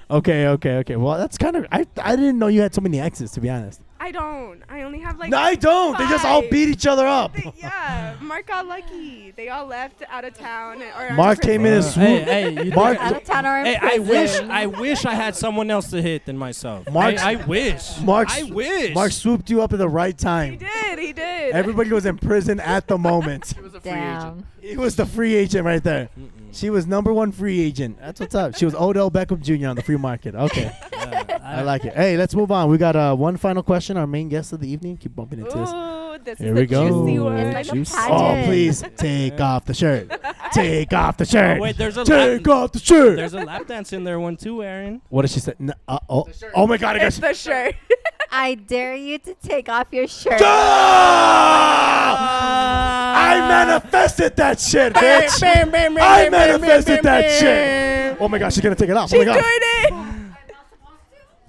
okay, okay, okay. Well, that's kind of. I I didn't know you had so many exes, to be honest.
I don't. I only have like.
No, I don't. They just all
five.
beat each other up.
[LAUGHS] Yeah, Mark got lucky. They all left out of town. and- Or out of
Mark came in
prison.
and
Uh, hey,
swooped.
hey, you
Mark,
Out of town or in
Hey, I wish
prison.
I wish I had someone else to hit than myself.
Mark's-
I, I wish.
Mark's-
I wish.
Mark swooped you up at the right
He
time.
did. He did.
Everybody was in prison at the
[LAUGHS]
moment.
Damn.
It was the free agent right there. She was number one free agent. That's what's up. She was Odell Beckham Jr. on the free market. Okay, I like it. Hey, let's move on. We got uh, one final question. Our main guest of the evening. Keep bumping into this.
Ooh, this
Here
is
we
a juicy
go.
one.
Like a
Juicy. Oh,
pageant.
please take off the shirt. Take off the shirt.
Oh, wait, there's a
take
lap-
off the shirt.
There's a lap dance in there one too, Aaron.
what did she say? N- uh, oh, oh my God! I got
It's the shirt.
Oh
I dare you to take off your shirt.
Uh, I manifested that shit, bitch. I manifested that shit. Oh my gosh, she's gonna take it off. oh my
She's
god.
doing it.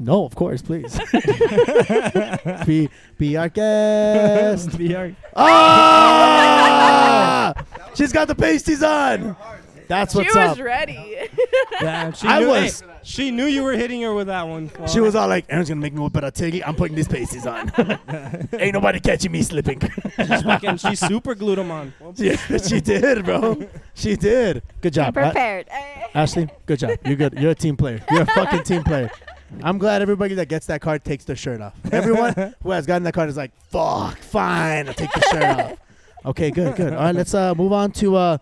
No, of course,
[LAUGHS]
please. be be our
Uh,
guest.
[LAUGHS]
[LAUGHS]
Ah! She's got the pasties on. That's what's
she
up.
was ready. [LAUGHS]
Damn, she
I
knew, hey,
was.
she knew you were hitting her with that one.
She was all like, "Aaron's gonna make me whip out a tiggy. I'm putting these
[LAUGHS]
pasties on. Ain't nobody catching me slipping." [LAUGHS]
fucking. She super glued him on.
yeah, she did, bro. She did. Good job. A-
Prepared.
Ashley, good job. You're good. You're a team player. You're a fucking team player. I'm glad everybody that gets that card takes their shirt off. Everyone who has gotten that card is like, fuck, fine, I'll take the shirt off. Okay, good, good. All right, let's uh, move on to uh,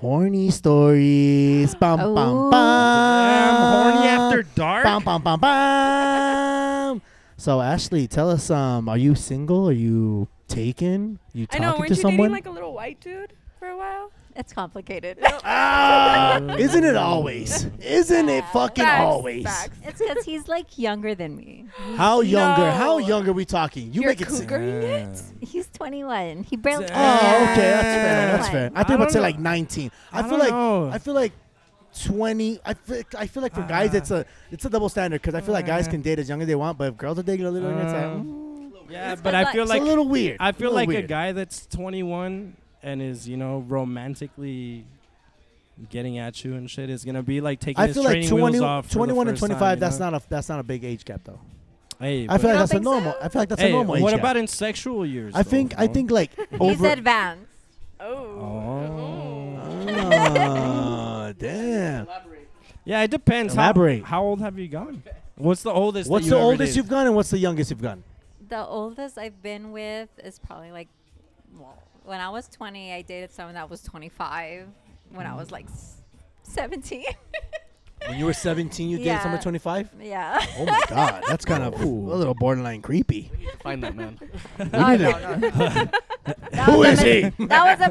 horny stories. Bum, bum,
Ooh.
bum.
Damn, horny after dark.
Bum, bum, bum, bum. So, Ashley, tell us, um, are you single? Are you taken? You
I
talking
know. Weren't
to
you
someone?
dating like a little white dude for a while?
It's complicated.
ah, isn't it always? Isn't it fucking
Facts,
always?
facts.
it's because he's like younger than me.
How younger? How
No.
young are we talking? You
You're
make it. seem-
cougering it.
[LAUGHS] He's 21. He barely.
Oh,
Oh, okay, that's fair. That's
What?
fair.
I
I think I'd
don't
say
know.
like 19. I,
I
feel
don't
like
know.
I feel like 20. I feel I feel like for guys
Uh-huh.
it's a it's a double standard because I feel like guys
Uh.
can date as young as they want, but if girls are dating a little, younger, it's, like, mm,
Yeah,
It's
but
good
I
luck.
feel
It's
it's
Uh-huh. like
a little weird.
I feel
Little
like a
weird.
guy that's 21 and is, you know, romantically getting at you and shit is gonna be like taking
I
his
feel
training
like
wheels
20,
off. for the
21 and
first time,
25.
you
that's
know?
not a that's not a big age gap though.
Hey,
I feel
but-
like
don't
that's a
think so?
normal. I feel like that's a
hey,
normal age
what
gap.
about in sexual years?
I think
though,
I
no?
think like
He's
over.
advanced.
Oh.
Oh.
Ah, damn.
Yeah, it depends. How-
Elaborate.
How, old have you gone? What's the oldest? that
What's
you
the
ever
oldest
did?
you've gone and what's the youngest you've gone?
The oldest I've been with is probably like, well, when I was 20, I dated someone that was 25. When
Mm.
I was like s- 17.
When you were 17, you dated
Yeah.
someone 25?
[LAUGHS] yeah.
Oh my God, that's kind of a little borderline
[LAUGHS]
creepy.
Find that man.
Oh, no,
[LAUGHS]
no, no. [LAUGHS] That
Who
was
is
a
he?
mis- That was a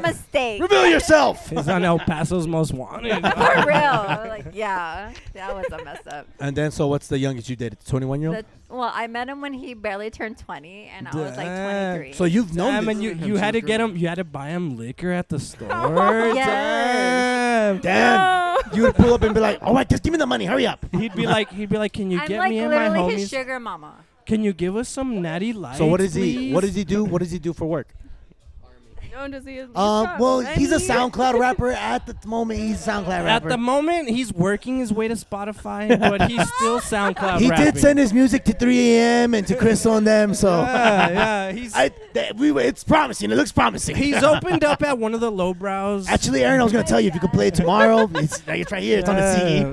[LAUGHS]
mistake.
Reveal yourself.
He's on El Paso's most
[LAUGHS]
wanted. [LAUGHS]
[LAUGHS] For real. Like, yeah, that was a mess up.
And then, so what's the youngest you dated? 21 year old.
The, well, I met him when he barely turned 20, and I was like
Damn.
23.
So you've known.
Damn,
this-
and you, you
[LAUGHS]
had to get him. You had to buy him liquor at the store. Damn.
Yes.
Damn.
Oh.
you would pull up and be like, "All right, just give me the money. Hurry up."
[LAUGHS] He'd be like, he'd be like, can you
I'm
get
like
me and my
literally his
homies?
sugar mama.
Can you give us some natty lights?
So what does he?
please?"
What does he do? What does he do for work?
No, does he?
Um, well, he's a
[LAUGHS]
SoundCloud rapper at the moment. He's a SoundCloud
At
rapper.
the moment, he's working his way to Spotify,
[LAUGHS]
but he's still SoundCloud
he
rapping.
did send his music to 3 a.m. and to Chris on them. So [LAUGHS]
Yeah, yeah, he's
I, th- we were, it's promising. It looks promising. [LAUGHS]
he's opened up at one of the lowbrows.
Actually, Aaron, I was gonna tell you if you could play it tomorrow. It's, it's right here. It's on the CD.
Yeah,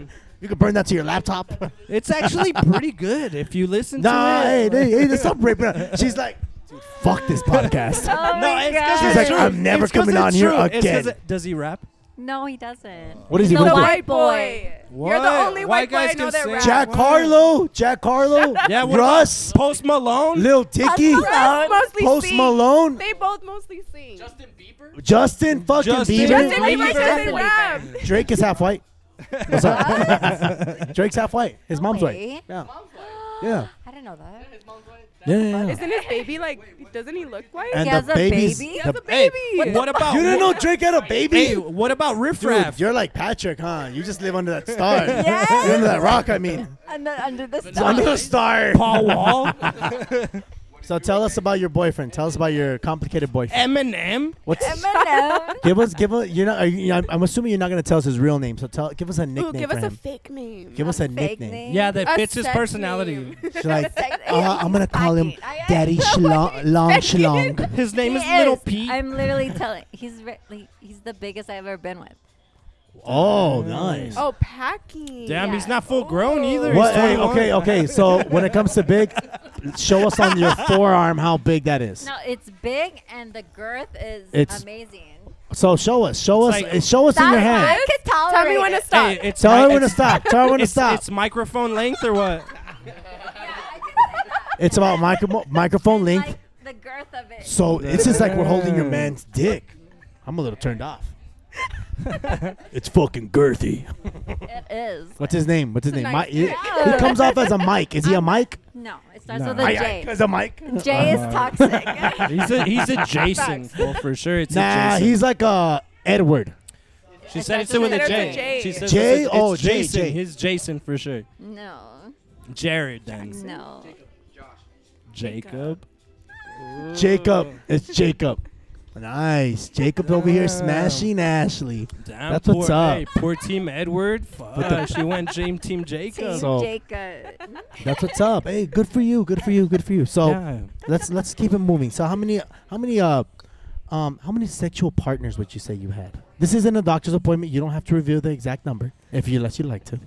mm.
[LAUGHS] You could burn that to your laptop. [LAUGHS]
It's actually pretty good if you listen
nah,
to
hey,
it.
hey, hey, hey, stop raping. her. She's like, dude, fuck this podcast.
Oh
no,
my
it's 'cause
God.
She's
it's
like,
true.
I'm never
It's 'cause
coming
it's
on here
true. It's 'cause
again.
it- does he rap?
no, he doesn't.
[LAUGHS] What is he?
He's
What
a
is he?
white boy.
You're the
What?
only
White
white, guy I
guys
know
can
that
sing.
raps.
Jack
Wow.
Harlow, Jack Harlow,
Yeah, what-
Russ,
Post Malone.
Lil Dicky,
Russ mostly
Post
sings.
Malone,
They both mostly sing.
Justin Bieber?
Justin fucking
Justin
Bieber.
Justin
Justin
Bieber doesn't
Bieber.
rap.
Drake is half white. What's up? [LAUGHS] Drake's half white. His
No
mom's
way.
white. Yeah. Yeah.
I didn't know that.
His mom's white?
Yeah. yeah, yeah.
Isn't his baby like? Doesn't he look white?
And the
He has a
baby's-
baby?
the-
That's a
Hey,
baby.
what about
you didn't know Drake had a baby?
Hey, what about Riff
Dude,
Raff?
you're like Patrick, huh? You just live under that star.
Yes.
You're under that rock, I mean.
Under, under the
So under
[LAUGHS]
the star.
stars.
[LAUGHS]
Paul Wall,
So tell us about your boyfriend. Tell us about your complicated boyfriend.
Eminem.
What's
[LAUGHS]
Eminem.
Give us, give us. You're not. Are you, I'm, I'm assuming you're not gonna tell us his real name. So tell, give us a nickname
Ooh, give
for
us a
him.
fake name.
give us a,
A fake
nickname.
name.
Yeah, that
A
fits his
sex
personality.
name.
She's like,
Sex-
uh, I'm gonna call him
I- I-
Daddy Shlong, Long Shlong.
His name
He
is Little
is.
Pete.
I'm
[LAUGHS]
literally telling. He's re- like, he's the biggest I've ever been with.
Oh, nice.
[LAUGHS] Oh, packing. [LAUGHS]
Damn,
Yeah.
he's not full grown
Ooh.
either.
What?
He's
Hey,
21.
okay, okay. So when it comes to big, show us on your forearm how big that is.
No, it's big and the girth is
It's-
amazing.
So show us, show us,
It's like-
uh, show us in your
That's why
hand.
I could tolerate
Tell me when to
it.
stop.
Hey, it's
Tell
mi-
her when to
it's- [LAUGHS]
stop. Tell her when to
It's,
stop.
it's microphone length
[LAUGHS]
or what?
Yeah, I could say that.
It's about micro- microphone length.
Like the girth of it.
So this is like we're holding your man's dick. I'm a little turned off. it's fucking girthy.
it is.
What's his name? What's his
It's a
name?
nice
Mi- he,
guy.
he comes off as a Mike. Is he a Mike?
No, it starts
No.
with a J.
Because a Mike.
Uh-huh.
J is
[LAUGHS]
toxic. [LAUGHS]
He's a he's a Jason. Well, for sure, [LAUGHS] it's a
Nah,
Jason.
he's like a Edward.
she said it's with a
It's a
J.
J.
She said
J?
It's, it's
Oh, J,
Jason.
J.
He's Jason for sure.
no,
Jared then.
no.
Jacob.
Jacob. It's Jacob. Nice. Jacob over here smashing Ashley.
Damn,
That's
poor,
what's up.
Hey, poor team Edward. Fuck. she went James Team Jacob.
Team
So-
Jacob.
That's what's up. Hey, good for you. Good for you. Good for you. So
Yeah.
let's let's keep it moving. So how many how many uh um how many sexual partners would you say you had? This isn't a doctor's appointment. You don't have to reveal the exact number if you unless you like to.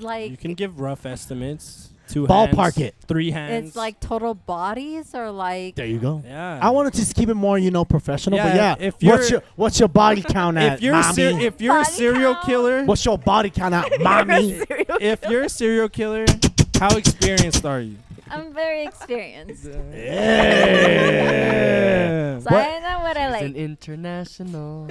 Like
You can give rough estimates. Two
Ballpark
hands,
it.
Three hands.
it's like total bodies or like
There you go.
yeah.
I want to just keep it more, you know, professional. but yeah,
Yeah, if
what's
you're-
your what's your body count at,
[LAUGHS] if you're a
mommy?
ser- if you're a
Body
serial
count.
killer,
what's your body count
[LAUGHS]
at, mommy?
if you're a serial killer, how experienced are you?
I'm very experienced.
Yeah.
So I know what I
He's an
like.
international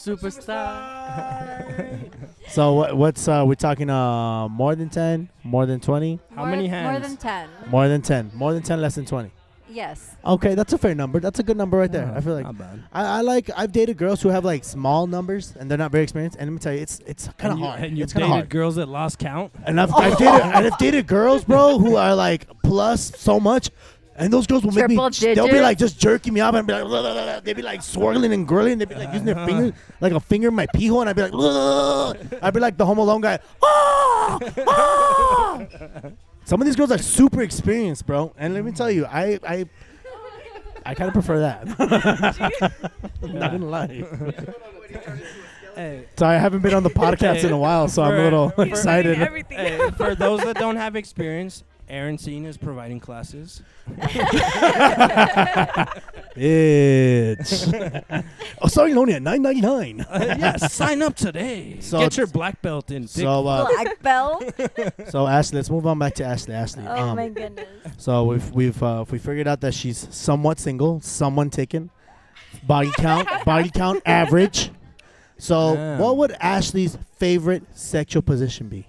superstar.
So what, what's uh we're talking uh more than ten, more than twenty,
How
More-
many
More
hands?
than ten.
more than ten, more than ten, less than twenty.
Yes.
Okay, that's a fair number. That's a good number right there. I feel like
Not bad.
I, I like I've dated girls who have like small numbers and they're not very experienced. And let me tell you, it's it's kind of
And you-
hard.
And you've
it's kind
dated
of hard.
girls that lost count.
and I've, I've dated
Oh.
and I've dated girls, bro, who are like plus so much. And those girls will make me.
Triple
They'll be
digits?
like just jerking me up and be like, [LAUGHS] "Blah, blah, blah, blah." they'd be like swirling and grilling. They'd be like using
Uh-huh.
their finger, like a finger in my pee hole, and I'd be like, "Blah." I'd be like the Home Alone guy. "Ah! Ah!" Some of these girls are super experienced, bro. And let me tell you, I I I kind of prefer that. [LAUGHS] Not gonna lie.
Hey,
Sorry, I haven't been on the podcast in a while, so I'm a little
For-
excited.
Everything.
hey, for those that don't have experience, Aaron Seen is providing classes.
[LAUGHS]
[LAUGHS]
Bitch. oh, starting only at nine ninety nine.
Uh, yes, sign up today.
So-
Get your black belt in. dick.
[LAUGHS] So, uh,
Black belt.
so Ashley, let's move on back to Ashley. Ashley. um,
Oh my goodness.
So we've we've uh, we figured out that she's somewhat single, someone taken, body
[LAUGHS]
count, body count average. So,
Damn.
what would Ashley's favorite sexual position be?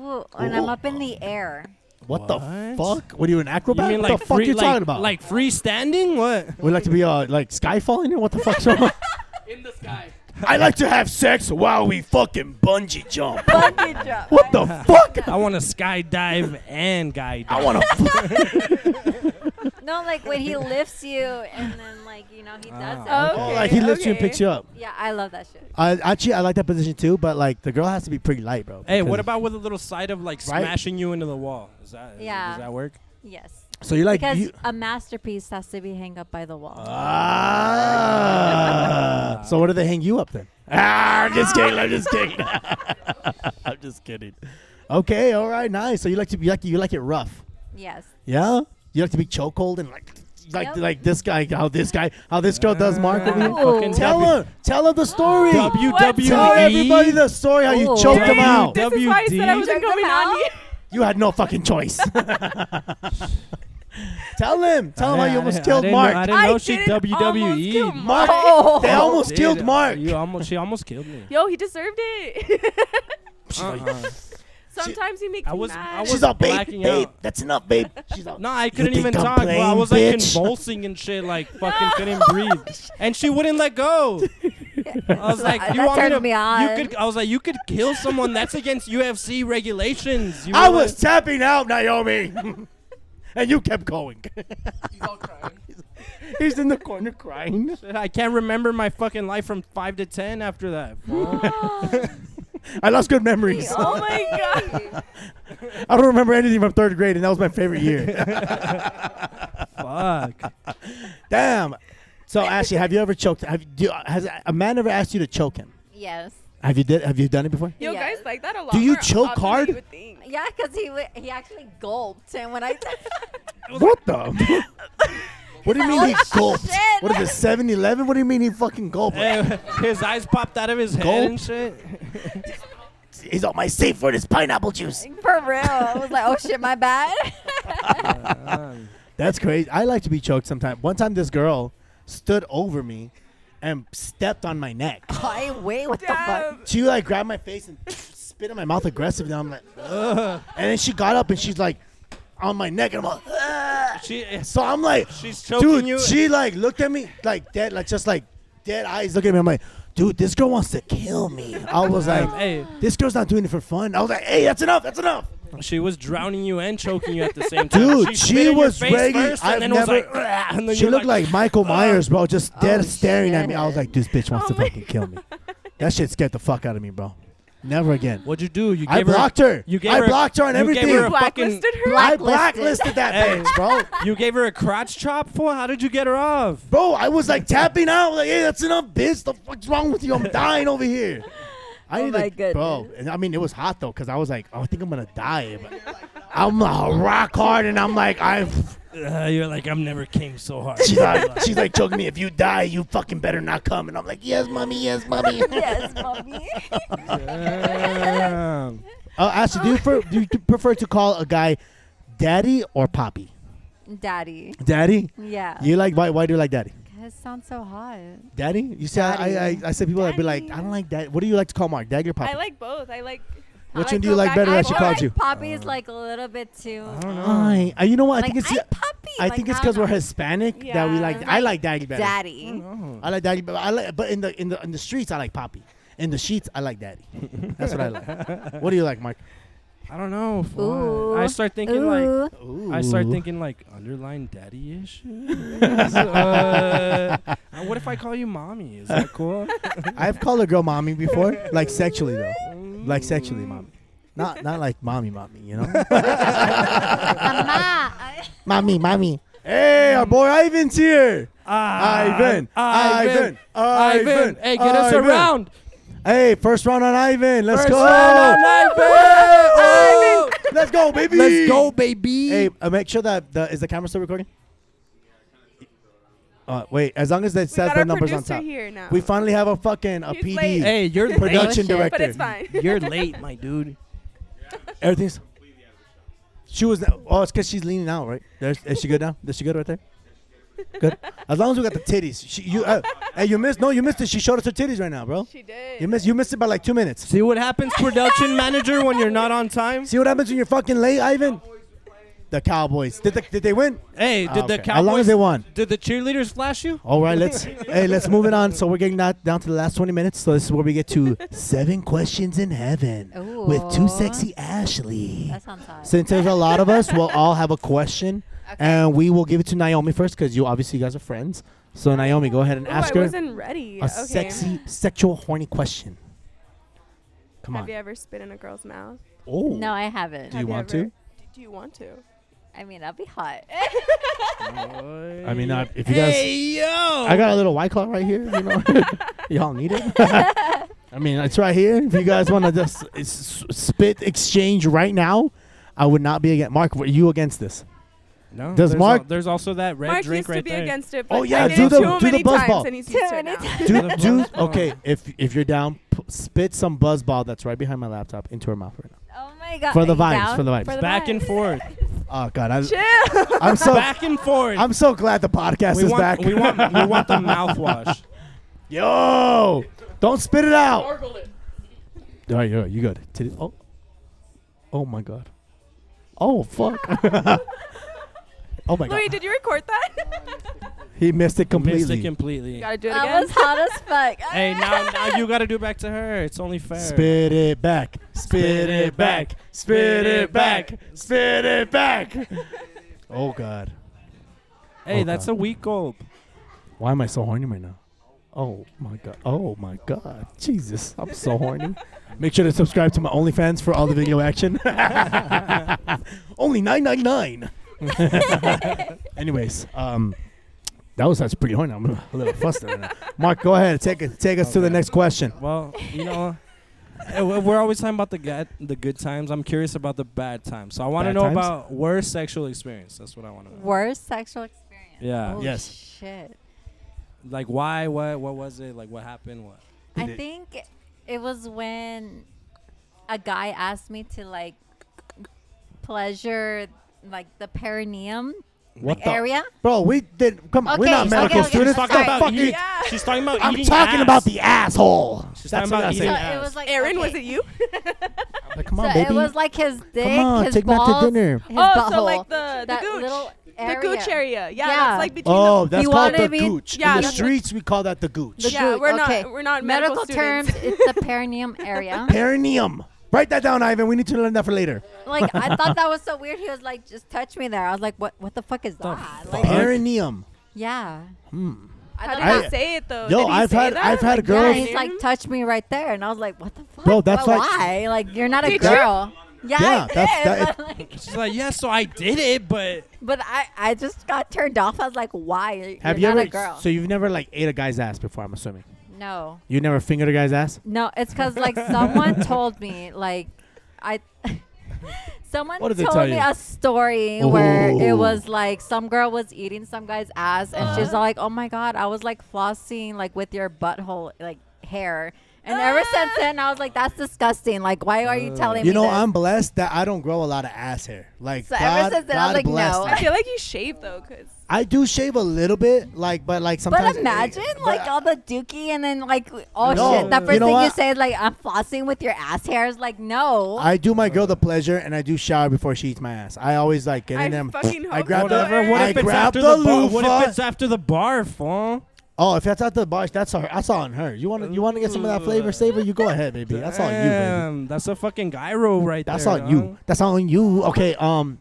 Ooh, and I'm up in the air.
What, the
What?
fuck? What are you an
you
acrobat?
mean
what
like
the fuck
free,
you
like,
talking about?
Like freestanding? What? [LAUGHS]
would you like to be uh, like skyfall in here? What the fuck?
In the sky.
I like to have sex while we fucking bungee jump.
[LAUGHS] Bungee jump.
What the fuck?
I want to skydive and guy dive.
I want to.
[LAUGHS] No, like when he lifts you and then like you know he does it. Oh.
Ah, okay.
Oh, Like he lifts you and picks you up.
Yeah, I love that shit.
I actually I like that position too, but like the girl has to be pretty light, bro.
Hey, what
because-
about with a little side of like
Right?
smashing you into the wall? Is that is-
Yeah.
Does that work?
Yes.
So you're like
Because
you, Uh,
a masterpiece has to be hung up by the wall.
ah. So what do they hang you up then? Ah, I'm just kidding. I'm just kidding. [LAUGHS] I'm just kidding. Okay, all right, nice. So you like to be like you like it rough,
yes.
yeah? You like to be chokehold and like like
Yep.
like this guy, how this guy, how this girl does Mark. over
Ah,
here?
fucking
Tell
W-
her, tell her the story.
WWE.
Tell everybody the story how you
Oh.
choked him out.
This is why I said I
WD.
wasn't
Check them
going on
out.
you.
You had no fucking
[LAUGHS]
choice. tell him. Tell him how
I- I-
you almost
I
killed
didn't know- I
Mark.
didn't
I
know she
didn't almost kill
WWE.
Mark.
Mark,
Oh.
they almost
[LAUGHS]
Dude,
killed Mark.
You almost, she almost killed me.
Yo, he deserved it. [LAUGHS]
She's, like,
Uh-uh.
Sometimes he makes
I
me
was-
mad.
I was-
she's all, babe,
blacking
babe,
out.
that's enough,
[LAUGHS]
babe. She's all,
No, I couldn't
think
even
I'm
talk. Bro. I
playing,
was like
bitch?
convulsing and shit, like fucking couldn't breathe, and she wouldn't let go. I was like,
That
you want me
turned
to?
me
You
on.
could. I was like, you could kill someone. That's against UFC regulations. You
I
know
was
what?
tapping out, Naomi. [LAUGHS] and you kept going. [LAUGHS]
He's all crying.
He's in the corner crying.
I can't remember my fucking life from five to ten after that.
Oh,
I lost good memories.
oh my god.
I don't remember anything from third grade, and that was my favorite
[LAUGHS]
year. [LAUGHS]
Fuck. [LAUGHS]
Damn. So, Ashley, have you ever choked? Have do, has a man ever asked you to choke him?
Yes.
Have you did? Have you done it
[LAUGHS]
before?
Yo,
Yes.
guys like that a lot.
Do you
more
choke
often than
hard?
you would think.
Yeah, because he wa he actually gulped, and when I [LAUGHS]
What the? [LAUGHS] what do you
[LAUGHS] Oh,
mean he
Holy
gulped?
shit.
What is it, 7 Eleven? What do you mean he fucking gulped?
Hey, his eyes popped out of his head
Gulp.
and shit.
He's on my safe word is pineapple juice.
for real, I was like, oh shit, my bad.
That's crazy. I like to be choked sometimes. One time, this girl stood over me and stepped on my neck.
[LAUGHS] Why? Wait, what the fuck?
Damn.
She like grabbed my face and spit in my mouth aggressively. I'm like, "Ugh." and then she got up and she's like on my neck, and I'm like, "Ugh."
She,
so I'm like,
she's choking
dude,
you.
she like looked at me like dead, like just like dead eyes looking at me. I'm like, dude, this girl wants to kill me. I was like,
hey,
this girl's not doing it for fun. I was like, hey, that's enough, that's enough.
she was drowning you and choking you at the same time.
Dude,
she,
she,
spit in your
was
face
ready.
first and
I've
then
never.
was like, "Oh, "Ugh," and then
she
you're
looked like, Michael Myers, bro, just dead
Oh,
staring at me. I was
shit.
like, this bitch wants
Oh
to
my
fucking kill
[LAUGHS]
me. That shit scared the fuck out of me, bro. Never again.
What'd you do? You
I
gave
blocked
her.
her. I blocked her on
you
everything.
Gave her a fucking,
Blacklisted her.
I
Blacklisted.
blacklisted that
Hey.
bitch, bro.
you gave her a crotch chop for? How did you get her off?
Bro, I was like tapping out. Like, hey, that's enough, bitch. The fuck's wrong with you? I'm dying over here. I
Oh
need
my
to, bro. And I mean, it was hot though, cause I was like, oh, I think I'm gonna die. But I'm a rock hard, and I'm like, I'm.
Uh, you're like, I've never came so
[LAUGHS]
hard.
She's like, she's like choking me. If you die, you fucking better not come. And I'm like, yes, mommy, yes, mommy.
yes, mommy. [LAUGHS]
Damn.
Uh, Ashley, do you, prefer, do you prefer to call a guy daddy or poppy?
Daddy.
Daddy.
Yeah.
You like why? Why do you like daddy?
Guys sound so hot.
Daddy. You see, I, I I I said people that be like,
Daddy.
I don't like that. What do you like to call Mark? Daddy or poppy?
I like both. I like.
Which
I
one do you
go
like
back
better
and
that she
forth.
called you? Uh,
Poppy's like a little bit too.
I don't know.
I, I- you know what? I
like,
think it's
"Ay, puppy.
I
Like,
think it's
no,
because
no.
we're Hispanic that we
Yeah.
like. I like daddy better.
Daddy.
I like daddy, but I like but in the in the in the streets I like poppy. In the sheets I like daddy. That's what I [LAUGHS] like. what do you like, Mark?
I don't know. fuck.
Ooh.
I start thinking like.
Ooh.
I start
Ooh.
thinking like underlying daddy
[LAUGHS]
issues. uh, what if I call you mommy? Is that cool?
I've called a girl mommy before, like sexually though, like sexually mommy, not not like mommy mommy, you know.
[LAUGHS] Mama.
[LAUGHS] mommy mommy. Hey, our boy Ivan's here.
Ivan, Ivan, Ivan. Hey, get us
Ivan.
around.
Hey, first round on Ivan. Let's
First
go.
round on Ivan.
Oh, Let's go, baby.
Let's go, baby.
Hey, uh, make sure that the, is the camera still recording. Uh, wait, as long as it
We
says
got
the
our
numbers
producer
on top.
here now.
We finally have a fucking a
He's
PD
late.
Hey, [LAUGHS] you're
production
shit.
director.
But
but it's fine. [LAUGHS]
You're late, my dude.
Everything's. She was. Oh, it's because she's leaning out, right? There's, is she good now? Is she good right there? Good. As long as we got the titties. She, you, uh, hey, you missed. No, you missed it. She showed us her titties right now, bro.
she did.
You missed. You missed it by like two minutes.
See what happens, production manager, when you're not on time.
See what happens when you're fucking late, Ivan. The Cowboys. Did, the, did they win?
Hey,
Ah,
did the
okay.
Cowboys?
How long has they won?
Did the cheerleaders flash you?
All right, let's hey, let's move it on. So we're getting that down to the last 20 minutes. So this is where we get
[LAUGHS]
to seven questions in heaven with
Ooh.
two sexy Ashley.
That sounds hot.
Since there's a lot of us, we'll all have a question, and we will give it to Naomi first because you obviously you guys are friends. So Naomi, go ahead and
Ooh,
ask
Oh, I
her
wasn't ready.
a
okay.
sexy, sexual, horny question. Come
Have
on.
you ever spit in a girl's mouth?
Oh,
no, I haven't.
Do you
Have
want
ever-
to?
Do you want to?
I mean, that'd be hot. [LAUGHS]
I mean, uh, if you guys,
Hey yo!
I got a little white claw right here. You know, [LAUGHS] y'all need it. [LAUGHS] I mean, it's right here. If you guys want to just s- s- spit exchange right now, I would not be against. Mark, were you against this?
no,
Does
there's
Mark-
al- there's also that red
Mark used
drink
to
right
be
there.
against it, but
Oh, yeah,
I
do
did it
the-
too
do the
many
buzz
times,
ball.
and he's
Too
used to it
many
now.
[LAUGHS]
times.
Do,
Motherfucker.
do okay. If if you're down, p- spit some buzz ball that's right behind my laptop into her mouth right now.
Oh my god.
For the
Are you
vibes,
down
for the vibes.
Back
[LAUGHS]
and forth.
Oh God, I'm,
Chill.
[LAUGHS] I'm so
Back and forth.
I'm so glad the podcast
we
is
want,
back.
we want we want the mouthwash.
[LAUGHS] Yo, don't spit it out. All right, all right, you good? Titty- Oh, oh my God. Oh fuck. [LAUGHS] oh my
Louis,
God.
did you record that?
[LAUGHS]
He missed it [LAUGHS] completely.
Missed it completely.
Gotta do it
That
again.
was hot as fuck.
Hey, now
[LAUGHS]
now you got to do back to her. It's only fair.
Spit it back, spit it back, spit it back, spit it [LAUGHS] back. Oh God,
Hey,
Oh,
that's
God.
a weak gulp.
why am I so horny right now? Oh my God, oh my God, Jesus, I'm so horny. [LAUGHS] Make sure to subscribe to my OnlyFans for all the video action. [LAUGHS] Only nine nine nine. [LAUGHS] Anyways, um, that was that's pretty horny. I'm a little fussed right [LAUGHS] now. Mark, go ahead, take it, take us to the
Okay.
next question.
Well, you know, eh, w- we're always talking about the good, the good times. I'm curious about the bad times. So I want to
Bad
know
times?
about worst sexual experience. That's what I want to know.
[LAUGHS] Worst sexual experience.
Yeah.
Oh,
Yes.
Shit.
Like why? What? What was it? Like what happened? What?
I
Did it-
think it was when a guy asked me to like pleasure like the perineum
What the-
area.
Bro, we did. Come on, we're
Okay,
not
okay,
medical
okay,
students.
sorry.
What the fuck
eat-
are you-
Yeah.
She's talking about.
I'm
eating
talking
ass.
about the asshole.
She's
That's
talking
what
about
I
eating
So
said.
ass.
it was like
Aaron,
okay.
was it you? [LAUGHS]
Like, come
So
on, baby.
it was like his dick,
on,
his
take me out
balls,
to dinner.
his
oh, so like
butthole,
the the
that
gooch,
little
the gooch area. Yeah,
Yeah.
that's like between.
oh,
the,
that's
You
called
wanna
the
be-
gooch.
Yeah,
In the
that's-
streets, we call that the gooch.
The
yeah,
gooch,
we're
okay.
not we're not medical,
medical, terms.
students. [LAUGHS]
it's the perineum area.
Perineum. Write that down, Ivan. We need to learn that for later.
like I thought that was so weird. He was like, "Just touch me there." I was like, "What? What the fuck is that?" Like,
Perineum.
yeah. I
How
thought
did
I-
that-
he say it though?
Yo,
Did he
I've
say
had-
that?
I've had
Like,
girls-
Yeah, he's like, touch me right there, and I was like, what the fuck?
Bro, that's
Why?
like-
like you're not a
Did you?
girl. Yeah,
Yeah,
I did,
that's- that-
but, like,
She's like, yeah. So I did it, but
but I, I just got turned off. I was like, why? You're
Have
not
you
a girl.
ever? So you've never like ate a guy's ass before? I'm assuming
no,
you never fingered a guy's ass.
no, it's because
[LAUGHS]
like someone told me, like, I. [LAUGHS] Someone
What did they
told
tell
me
you? Oh.
a story where it
Ooh.
was like some girl was eating some guy's ass, and she's
Uh-huh.
like, "Oh my god, I was like flossing like with your butthole like hair," and ever since
Uh.
then I was like, "That's disgusting. Like, why are you telling me?"
You know,
this?
I'm blessed that I don't grow a lot of ass hair. Like
So ever
God,
since then, I was
God
like,
bless.
no.
I feel like you shave though, cause
I do shave a little bit, like, but like sometimes.
But imagine
but-
like all the dookie and then like oh
No,
shit. That
you
first
know
thing you
what?
say is like I'm flossing with your ass hairs. Like no.
I do my girl the pleasure, and I do shower before she eats my ass. I always like get
I
in there. and
fucking
I
hope
grab
so.
the,
Whatever, what
I
if
grab the,
bar-
loofah.
What if it's after the barf, huh?
oh, if that's at the bar, that's her. That's on her. You want to you want to get some of that flavor savor? You go ahead, baby. That's on you, baby.
Damn, That's a fucking gyro right
That's
there.
on you. That's on you. Okay. Um,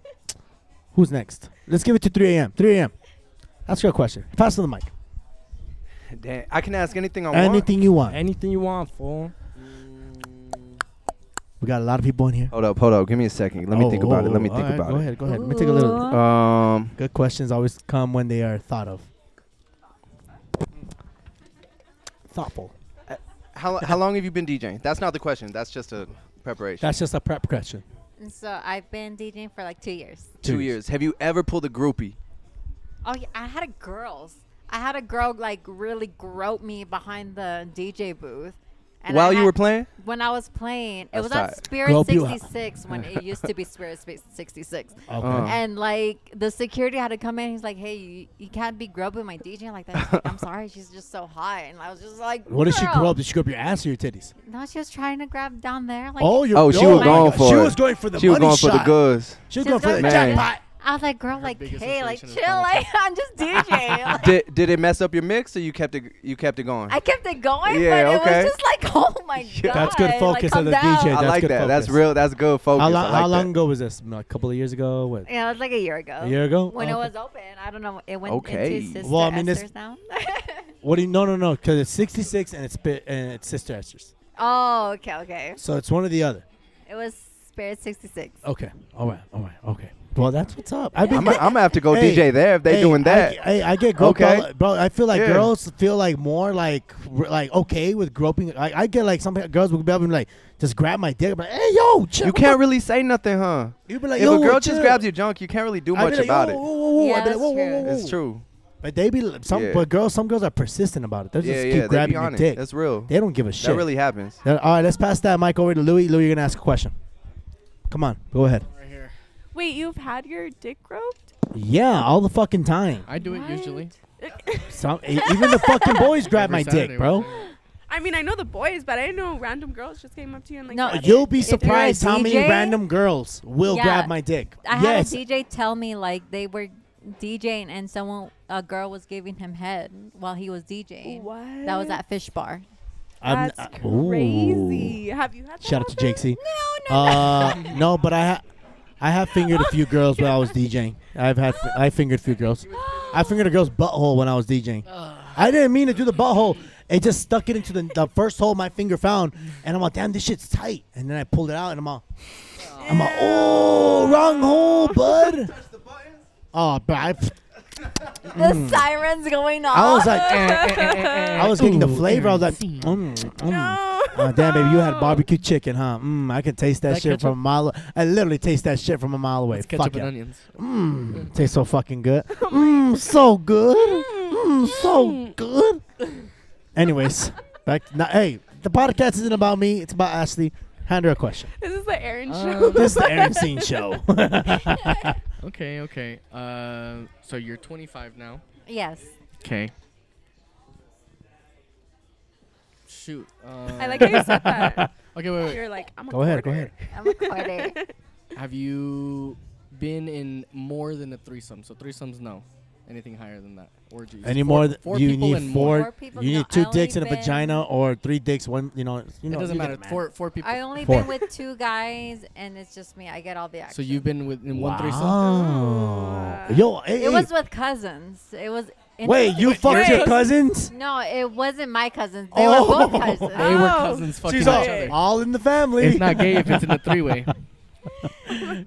who's next? Let's give it to 3 a.m. 3 a.m. Ask her a question. Pass to the mic.
Damn, I can ask anything I want.
Anything you
huh?
want.
Anything you want, fool. [LAUGHS]
We got a lot of people in here.
Hold up, hold up. Give me a second. Let me
Oh,
think about
oh,
it. Let me
oh,
think
all right,
about
go
it.
ahead. Go ahead. Let me take a little. uh,
Ooh.
Um,
Good questions always come when they are thought of. Thoughtful.
how how long have you been DJing? That's not the question. That's just a preparation.
That's just a prep question.
And so I've been DJing for like two years.
two
Two years.
years. Have you ever pulled a groupie?
Oh yeah, I had a girls. I had a girl like really grope me behind the DJ booth. And I
While you
had-
were playing?
When I was playing, it
That's
was
tight.
at Spirit
Grope you out.
66 when it used to be Spirit Spa- 66.
Okay.
Uh.
And like the security had to come in. He's like, "Hey, you, you can't be groping my DJ like that." I was like, I'm sorry, she's just so hot. And I was just like,
what did she
"Girl."
grow up? Did she grow up your ass or your titties?
No, she was trying to grab down there. Like,
oh, your
Oh, she was
my
going
God.
for
She
it.
was going for the
She was
money
going
shot.
for the goods.
She was
she's
going for the
gonna-
Man.
jackpot.
I was like, girl, like,
biggest
hey, like, chill,
inspiration is Donald
like, [LAUGHS] I'm just
[LAUGHS]
DJing. Like,
Did, did it mess up your mix or you kept it you kept it going?
I kept it going,
Yeah,
but
okay.
it was just like, [LAUGHS] oh
[LAUGHS]
my god.
That's good focus
like,
as
calm
a
down.
DJ.
I
that's
like
good
that. That's
focus.
real. That's good focus.
How, long,
I like
how long
that.
ago was this? A couple of years ago? What?
Yeah, it was like a year ago.
A year ago?
When
Oh,
it
okay.
was open, I don't know. It went
Okay.
into Sister
Well, I mean, it's-
Esther's now.
What do you? No, no, no. Because it's 66 and it's Spi- and it's Sister Esther's.
oh, okay, okay.
So it's one or the other.
It was Spirit 66.
Okay. All right. All right. Okay. Well, that's what's up. I've
I'm, I'm gonna have to go
Hey,
DJ there if they
hey,
doing that.
I, hey, I get groped.
Okay.
all- bro. I feel like
Yeah.
girls feel like more like r- like okay with groping. I, I get like some girls would be able to be like just grab my dick, but hey yo, chill.
you
what
can't
the-
really say nothing, huh?
You be like
if
yo,
a girl
chill.
just grabs your junk, you can't really do
I be
much
like,
about
yo,
it.
Whoa, whoa, whoa.
Yeah,
I be like,
that's
whoa, whoa,
true.
whoa,
It's
whoa.
true.
But they be some
Yeah.
but girls. Some girls are persistent about it. They just
Yeah,
keep
yeah. They
grabbing
be
your
on
dick.
it. That's real.
They don't give a shit.
That really happens.
All right, let's pass that mic over to Louis. Louis, you're gonna ask a question. Come on, go ahead.
Right here.
Wait, you've had your dick groped?
Yeah, all the fucking time.
I do it usually.
Some, e- even the fucking
[LAUGHS]
boys grab
Every
my
Saturday,
dick, bro.
right?
I mean, I know the boys, but I didn't know random girls just came up to you and like.
No,
grabbed
You'll be
If you're a
surprised how many
DJ?
random girls will
Yeah.
grab my dick.
I
yes,
had a DJ tell me like they were DJing and someone a girl was giving him head while he was DJing.
What?
That was at Fish Bar.
I'm-
That's
I- ooh.
crazy. Have you had? That
Shout out to
happen?
Jake C.
No, no,
Uh, no, but I ha- I have fingered a few girls when I was DJing. I've had I fingered a few girls. [LAUGHS] I fingered a girl's butthole when I was DJing. I didn't mean to do the butthole. It just stuck it into the, the first hole my finger found, and I'm like, damn, this shit's tight. And then I pulled it out, and I'm all, I'm all, oh, wrong hole, bud. Oh, but I,
the sirens going off.
Hmm. I was like, [LAUGHS] I was getting the flavor. I was like, mm,
[GASPS]
mm.
No.
Oh, damn, baby,
[LAUGHS]
you had barbecue chicken, huh? Mm, I can taste that,
that
shit from a
ketchup?
mile. I literally taste that shit from a mile away.
It's
Fuck
ketchup and
yeah.
onions.
Mmm, tastes so fucking
[LAUGHS]
good.
Oh
Mmm, so good.
Hmm.
Mmm, so good. Anyways, back. Now, hey, the podcast isn't about me. It's about Ashley. Hand her a question.
This is the Aaron
Um,
show.
This is the
[LAUGHS]
Aaron Scene Show. [LAUGHS]
Okay, okay. Uh, so you're 25 now.
yes.
Okay. Shoot. Uh,
I like how you said that.
Okay, wait, wait.
You're like, I'm a
go ahead, go
quarter.
ahead.
I'm a [LAUGHS] quarter.
Have you been in more than a threesome? So threesomes, no. Anything higher than that? Orgies.
Any
Four-
more? th-
four
you
people
need
and more.
four.
Four people,
you
no,
need two
I
dicks and
only
a
been-
vagina, or three dicks. One, you know. You know
it doesn't
you get
matter.
the
Four, four people.
I only
Four.
been with two guys, and it's just me. I get all the action.
so you've been with in one threesome.
Wow.
Ooh.
Yo, hey,
It
hey,
was with cousins. It was. in-
Wait, you fucked your cousins?
No, it wasn't my cousins. They
Oh.
were both cousins.
They were
Oh.
cousins fucking
She's
each
all,
other.
all in the family.
It's not gay if it's in a three-way.
[LAUGHS]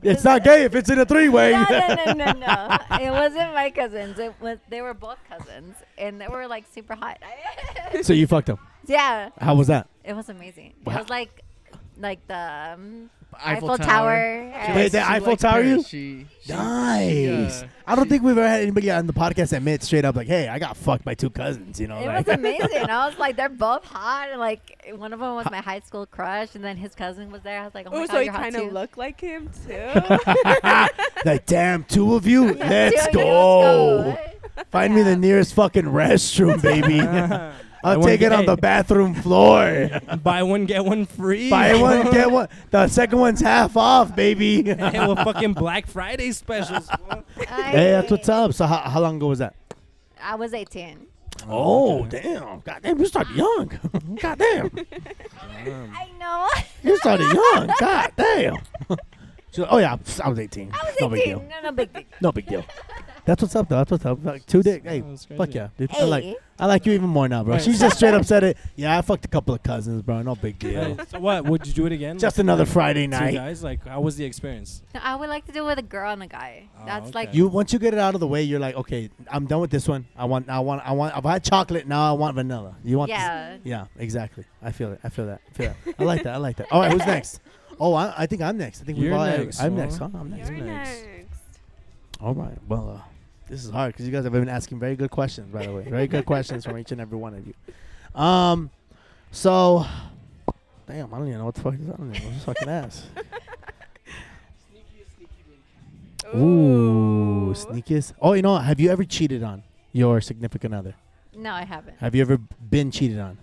It's not gay if it's in a three-way.
No, no, no, no, no. it wasn't my cousins. It was they were both cousins, and they were like super hot.
[LAUGHS] [LAUGHS] so you fucked them.
yeah,
How was that?
it was amazing.
Wow.
It was like, like the um,
Eiffel,
Eiffel Tower.
She
and-
Wait,
likes-
they
she
Eiffel
likes
Tower
Paris.
you?
She, she-
Nice.
she, uh,
I don't
she-
think we've ever had anybody on the podcast admit straight up like, "Hey, I got fucked by two cousins." You know,
It
like,
was amazing. I was like, they're both hot, and like one of them was my high school crush, and then his cousin was there. I was like, oh my
Oh,
god,
so he
you're hot
kind
too.
of looked like him
[LAUGHS]
too.
[LAUGHS]
[LAUGHS]
like, damn, two of you.
Dude,
Let's
let's
go. [LAUGHS]
go.
Find me the
Yeah.
nearest fucking restroom, [LAUGHS] baby. I'll
wanna
take it
get-
on the bathroom [LAUGHS] floor.
Buy one, get one free.
Buy one, get one. The second one's half off, [LAUGHS] baby. hey,
Hey, with fucking Black Friday specials. fool.
I,
that's what's up. So, how, how long ago was that?
I was 18.
Oh, damn. God damn, you started young. [LAUGHS] God damn. Um,
I know. [LAUGHS]
You started young. God damn. [LAUGHS] She's like, oh, yeah, I was 18.
I was
No
18.
big deal.
No, no big deal.
No big deal. That's what's up, though. That's what's up. Like, two dick. Hey,
That was crazy.
fuck yeah, dude. I
Hey.
like I like you even more now, bro.
Right.
She just straight up said it. Yeah, I fucked a couple of cousins, bro. No big
Hey,
deal.
so what? Would you do it again?
Just another Friday
two
night.
guys. Like, how was the experience?
No, I would like to do it with a girl and a guy.
Oh,
That's
okay.
like
You once you get it out of the way, you're like, okay, I'm done with this one. I want, I want, I want. I've had chocolate. Now I want vanilla. You want? this-
Yeah.
yeah, exactly. I feel it. I feel that. I feel that. I like that. I like that. All right, who's next? Oh, I, I think I'm next. I think
You're
we've all.
next,
I'm
huh?
next. Huh? I'm next.
You're
next.
next.
All right. Well, uh, this is hard because you guys have been asking very good questions, by the way. Very good questions from each and every one of you. Um, so, damn, I don't even know what the fuck is. I don't even know. This fucking
[LAUGHS]
ass. Ooh, sneakiest. Oh, you know, what? have you ever cheated on your significant other?
no, I haven't.
Have you ever been cheated on?